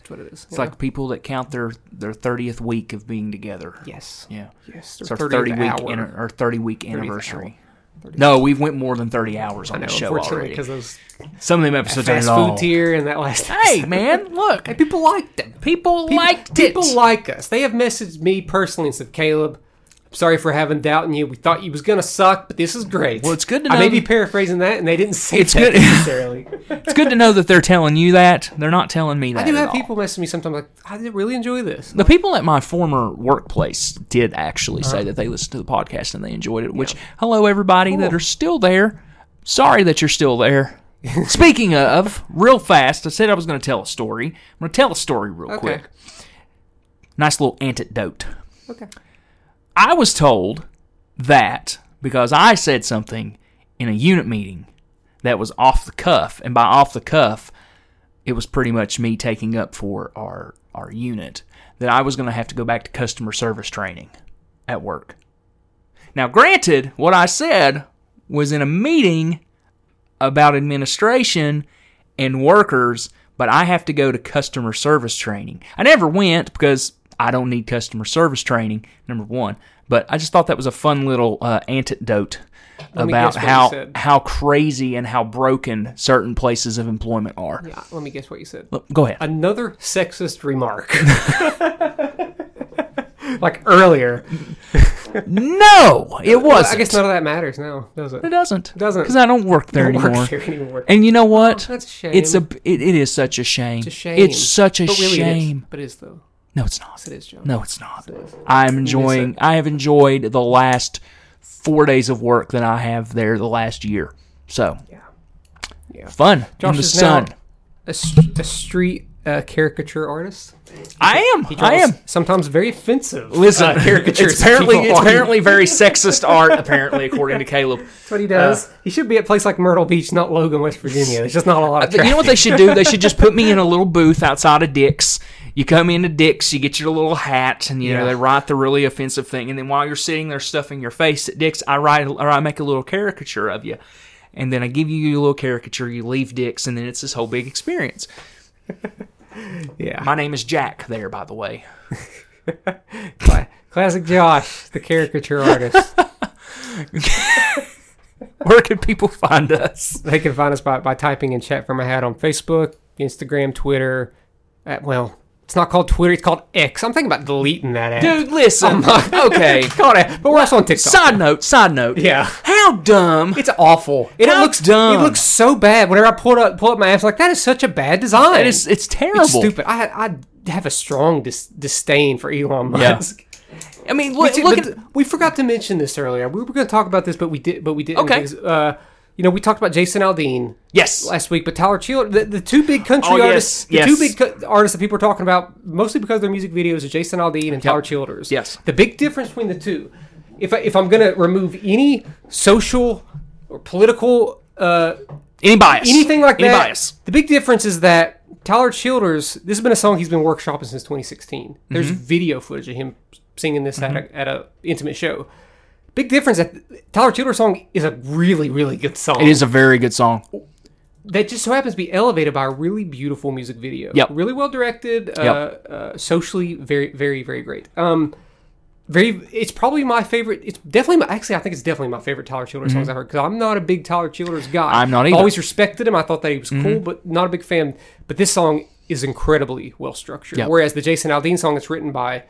[SPEAKER 2] That's what it is.
[SPEAKER 1] It's like people that count their, their 30th week of being together.
[SPEAKER 2] yes,
[SPEAKER 1] Yeah.
[SPEAKER 2] yes,
[SPEAKER 1] It's our 30
[SPEAKER 2] 30th
[SPEAKER 1] week,
[SPEAKER 2] hour.
[SPEAKER 1] inter- our 30 week anniversary. No, we've went more than 30 hours on
[SPEAKER 2] No,
[SPEAKER 1] the show
[SPEAKER 2] unfortunately,
[SPEAKER 1] already.
[SPEAKER 2] because those
[SPEAKER 1] Some of them episodes are
[SPEAKER 2] fast
[SPEAKER 1] long.
[SPEAKER 2] food tier and that last.
[SPEAKER 1] Hey, man, look.
[SPEAKER 2] Hey, people liked them.
[SPEAKER 1] People,
[SPEAKER 2] People-
[SPEAKER 1] liked
[SPEAKER 2] people
[SPEAKER 1] it.
[SPEAKER 2] like us. They have messaged me personally and said, Caleb, I'm sorry for having doubt in you. We thought you was gonna suck, but this is great.
[SPEAKER 1] Well, it's good to
[SPEAKER 2] I may
[SPEAKER 1] know-
[SPEAKER 2] be paraphrasing that, and they didn't say
[SPEAKER 1] It's
[SPEAKER 2] that
[SPEAKER 1] good-
[SPEAKER 2] necessarily.
[SPEAKER 1] it's good to know that they're telling you that. They're not telling me that.
[SPEAKER 2] I do
[SPEAKER 1] at
[SPEAKER 2] have
[SPEAKER 1] all.
[SPEAKER 2] people message me sometimes like, I did really enjoy this.
[SPEAKER 1] The people at my former workplace did actually say that they listened to the podcast and they enjoyed it. Which, hello everybody that
[SPEAKER 2] Cool.
[SPEAKER 1] are still there. Sorry that you're still there. Speaking of, real fast, I said I was going to tell a story. I'm going to tell a story real quick. Nice little antidote.
[SPEAKER 2] Okay.
[SPEAKER 1] I was told that because I said something in a unit meeting that was off the cuff, and by off the cuff, it was pretty much me taking up for our our unit that I was going to have to go back to customer service training at work. Now, granted, what I said was in a meeting about administration and workers, but I have to go to customer service training. I never went because I don't need customer service training, number one. But I just thought that was a fun little uh, antidote
[SPEAKER 2] me
[SPEAKER 1] about
[SPEAKER 2] guess what you
[SPEAKER 1] how
[SPEAKER 2] said.
[SPEAKER 1] how crazy and how broken certain places of employment are.
[SPEAKER 2] Yeah, let me guess what you said.
[SPEAKER 1] Look, Oh, go ahead.
[SPEAKER 2] Another sexist remark. like earlier.
[SPEAKER 1] no, it
[SPEAKER 2] Well,
[SPEAKER 1] wasn't.
[SPEAKER 2] I guess none of that matters now, does it?
[SPEAKER 1] it doesn't. It
[SPEAKER 2] doesn't.
[SPEAKER 1] because I don't work there
[SPEAKER 2] Don't work
[SPEAKER 1] anymore.
[SPEAKER 2] there anymore.
[SPEAKER 1] And you know what?
[SPEAKER 2] That's a shame.
[SPEAKER 1] It's a it, it is such a shame.
[SPEAKER 2] It's a shame.
[SPEAKER 1] It's such a
[SPEAKER 2] But really it is.
[SPEAKER 1] shame.
[SPEAKER 2] But it is though.
[SPEAKER 1] No, it's not.
[SPEAKER 2] It is, John.
[SPEAKER 1] No, it's not. I'm enjoying. I have enjoyed the last four days of work that I have there the last year. So
[SPEAKER 2] Yeah. Yeah.
[SPEAKER 1] fun in
[SPEAKER 2] Josh
[SPEAKER 1] the
[SPEAKER 2] is now
[SPEAKER 1] sun.
[SPEAKER 2] a, st- a street uh, caricature artist.
[SPEAKER 1] I am. I
[SPEAKER 2] Draws
[SPEAKER 1] am.
[SPEAKER 2] Sometimes very offensive.
[SPEAKER 1] Listen,
[SPEAKER 2] uh, caricatures.
[SPEAKER 1] it's apparently
[SPEAKER 2] of
[SPEAKER 1] it's
[SPEAKER 2] people on-
[SPEAKER 1] apparently very sexist art. Apparently, according to Caleb.
[SPEAKER 2] That's what he
[SPEAKER 1] Uh.
[SPEAKER 2] does. he should be at a place like Myrtle Beach, not Logan, West Virginia. There's just not a lot of
[SPEAKER 1] But you
[SPEAKER 2] traffic.
[SPEAKER 1] know what they should do? They should just put me in a little booth outside of Dick's. You come into Dick's, you get your little hat, and you
[SPEAKER 2] Yeah.
[SPEAKER 1] know they write the really offensive thing. And then while you're sitting there stuffing your face at Dick's, I write or I make a little caricature of you, and then I give you a little caricature, you leave dicks, and then it's this whole big experience.
[SPEAKER 2] Yeah.
[SPEAKER 1] My name is Jack. There, by the way.
[SPEAKER 2] Cla- Classic Josh, the caricature artist.
[SPEAKER 1] Where can people find us?
[SPEAKER 2] they can find us by, by typing in chat from a hat on Facebook, Instagram, Twitter. Uh, well, it's not called Twitter, it's called X. I'm thinking about deleting that app.
[SPEAKER 1] Dude, listen. okay.
[SPEAKER 2] Call it, app, but we're also on TikTok.
[SPEAKER 1] Side note. Side note.
[SPEAKER 2] Yeah.
[SPEAKER 1] How dumb.
[SPEAKER 2] It's awful. It,
[SPEAKER 1] How
[SPEAKER 2] looks
[SPEAKER 1] dumb.
[SPEAKER 2] It looks so bad. Whenever I pull it up, pull up my apps, like that is such a bad design.
[SPEAKER 1] It is. It's terrible.
[SPEAKER 2] It's stupid. I I have a strong dis- disdain for Elon
[SPEAKER 1] Yeah.
[SPEAKER 2] Musk.
[SPEAKER 1] I mean, look,
[SPEAKER 2] But-
[SPEAKER 1] look
[SPEAKER 2] but
[SPEAKER 1] at.
[SPEAKER 2] th- we forgot to mention this earlier. We were going to talk about this, but we did, but we didn't.
[SPEAKER 1] Okay.
[SPEAKER 2] because, Uh, you know, we talked about Jason Aldean
[SPEAKER 1] Yes.
[SPEAKER 2] last week, but Tyler Childers, the, the two big country
[SPEAKER 1] Oh, yes,
[SPEAKER 2] artists, the
[SPEAKER 1] yes.
[SPEAKER 2] two big co- artists that people are talking about, mostly because their music videos, are Jason Aldean and Tyler Childers.
[SPEAKER 1] Yes.
[SPEAKER 2] The big difference between the two, if I, if I'm going to remove any social or political. Uh,
[SPEAKER 1] Any bias?
[SPEAKER 2] anything like
[SPEAKER 1] Any
[SPEAKER 2] that.
[SPEAKER 1] bias?
[SPEAKER 2] The big difference is that Tyler Childers. This has been a song he's been workshopping since 2016. There's
[SPEAKER 1] Mm-hmm.
[SPEAKER 2] video footage of him singing this at a at a intimate show. Big difference that Tyler Childers' song is a really really good song.
[SPEAKER 1] It is a very good song.
[SPEAKER 2] that just so happens to be elevated by a really beautiful music video.
[SPEAKER 1] Yep.
[SPEAKER 2] Really well directed. Uh,
[SPEAKER 1] Yep.
[SPEAKER 2] uh, socially very very very great. Um. Very, it's probably my favorite. It's definitely my, actually, I think it's definitely my favorite Tyler Childers songs I've heard because I'm not a big Tyler Childers guy.
[SPEAKER 1] Mm-hmm. I'm not
[SPEAKER 2] I've
[SPEAKER 1] either.
[SPEAKER 2] Always respected him. I thought that he was
[SPEAKER 1] Mm-hmm.
[SPEAKER 2] cool, but not a big fan. But this song is incredibly well structured.
[SPEAKER 1] Yeah.
[SPEAKER 2] Whereas the Jason Aldean song that's written by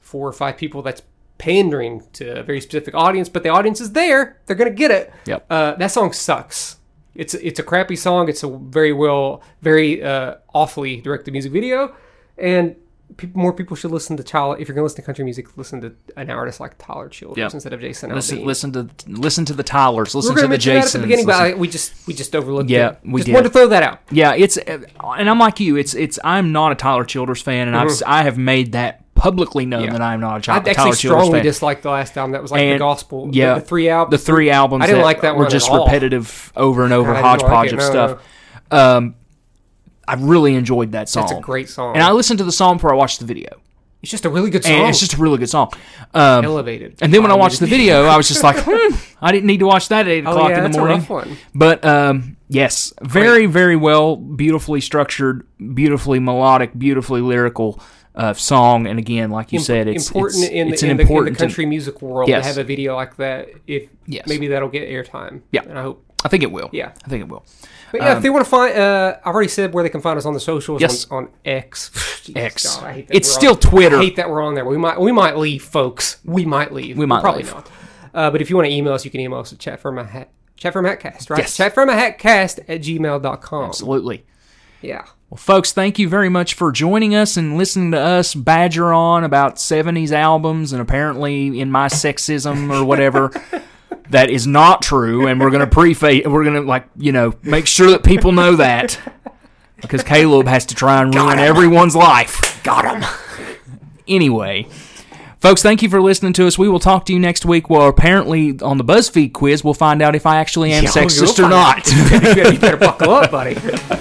[SPEAKER 2] four or five people that's pandering to a very specific audience, but the audience is there. They're gonna get it.
[SPEAKER 1] Yep.
[SPEAKER 2] Uh, that song sucks. It's it's a crappy song. It's a very well, very uh, awfully directed music video, and people, more people should listen to Tyler. If you're gonna listen to country music, listen to an artist like Tyler Childers
[SPEAKER 1] Yep.
[SPEAKER 2] instead of Jason
[SPEAKER 1] Listen,
[SPEAKER 2] Aldean.
[SPEAKER 1] listen to listen to the Tylers.
[SPEAKER 2] we
[SPEAKER 1] Listen
[SPEAKER 2] are
[SPEAKER 1] to
[SPEAKER 2] gonna
[SPEAKER 1] the
[SPEAKER 2] mention that at
[SPEAKER 1] Jasons.
[SPEAKER 2] the beginning,
[SPEAKER 1] listen-
[SPEAKER 2] but I, we just we just overlooked
[SPEAKER 1] Yeah,
[SPEAKER 2] it.
[SPEAKER 1] we
[SPEAKER 2] just
[SPEAKER 1] did.
[SPEAKER 2] wanted to throw that out.
[SPEAKER 1] Yeah, it's and I'm like you. It's it's I'm not a Tyler Childers fan, and I've I have made that publicly known
[SPEAKER 2] Yeah.
[SPEAKER 1] that I'm not a
[SPEAKER 2] Mm-hmm.
[SPEAKER 1] Tyler,
[SPEAKER 2] I actually
[SPEAKER 1] Tyler Childers
[SPEAKER 2] strongly
[SPEAKER 1] fan.
[SPEAKER 2] disliked the last album. That was like the
[SPEAKER 1] And-
[SPEAKER 2] gospel.
[SPEAKER 1] yeah.
[SPEAKER 2] the, the three albums.
[SPEAKER 1] the three albums
[SPEAKER 2] I didn't
[SPEAKER 1] that
[SPEAKER 2] like that
[SPEAKER 1] were
[SPEAKER 2] one at
[SPEAKER 1] just
[SPEAKER 2] all.
[SPEAKER 1] repetitive over and over
[SPEAKER 2] I didn't like
[SPEAKER 1] hodgepodge
[SPEAKER 2] it,
[SPEAKER 1] of
[SPEAKER 2] no,
[SPEAKER 1] stuff. Um, I really enjoyed that song.
[SPEAKER 2] It's a great song. Oh.
[SPEAKER 1] and I listened to the song before I watched the video,
[SPEAKER 2] it's just a really good song.
[SPEAKER 1] and it's just a really good song. Um,
[SPEAKER 2] elevated.
[SPEAKER 1] And then when I
[SPEAKER 2] By
[SPEAKER 1] watched the
[SPEAKER 2] music.
[SPEAKER 1] video, I was just like, hmm, I didn't need to watch that at 8 o'clock
[SPEAKER 2] Oh, yeah,
[SPEAKER 1] in the
[SPEAKER 2] that's a
[SPEAKER 1] morning.
[SPEAKER 2] rough one.
[SPEAKER 1] But um, yes, very, very well, beautifully structured, beautifully melodic, beautifully lyrical uh, song. And again, like you said, it's
[SPEAKER 2] important
[SPEAKER 1] it's,
[SPEAKER 2] in,
[SPEAKER 1] it's
[SPEAKER 2] the,
[SPEAKER 1] an
[SPEAKER 2] in, the, in the
[SPEAKER 1] important
[SPEAKER 2] country music world
[SPEAKER 1] Yes.
[SPEAKER 2] to have a video like that. If
[SPEAKER 1] Yes.
[SPEAKER 2] maybe that'll get airtime.
[SPEAKER 1] Yeah.
[SPEAKER 2] and I hope.
[SPEAKER 1] I think it will.
[SPEAKER 2] Yeah.
[SPEAKER 1] I think it will.
[SPEAKER 2] But yeah, if they want to find, uh, I've already said where they can find us on the
[SPEAKER 1] Um,
[SPEAKER 2] socials.
[SPEAKER 1] Yes.
[SPEAKER 2] on, on X. Jeez,
[SPEAKER 1] X.
[SPEAKER 2] God, I hate that
[SPEAKER 1] It's
[SPEAKER 2] we're on-
[SPEAKER 1] still Twitter.
[SPEAKER 2] I hate that we're on there. We might we might leave, folks. We might leave. We
[SPEAKER 1] might
[SPEAKER 2] probably
[SPEAKER 1] leave.
[SPEAKER 2] not. Uh, but if you want to email us, you can email us at chat from a hat. Chat from a hatcast, right?
[SPEAKER 1] Yes.
[SPEAKER 2] Chat from a hatcast at gmail.com.
[SPEAKER 1] Absolutely.
[SPEAKER 2] Yeah.
[SPEAKER 1] Well, folks, thank you very much for joining us and listening to us badger on about 70s albums and apparently in my sexism or whatever. that is not true. And we're going to preface, we're going to, like, you know, make sure that people know that because Caleb has to try and ruin everyone's life. Got him. Anyway. Folks, thank you for listening to us. We will talk to you next week. Well, apparently on the BuzzFeed quiz, we'll find out if I actually am
[SPEAKER 2] Yeah,
[SPEAKER 1] sexist
[SPEAKER 2] you'll
[SPEAKER 1] or
[SPEAKER 2] find out.
[SPEAKER 1] not.
[SPEAKER 2] you better buckle up, buddy.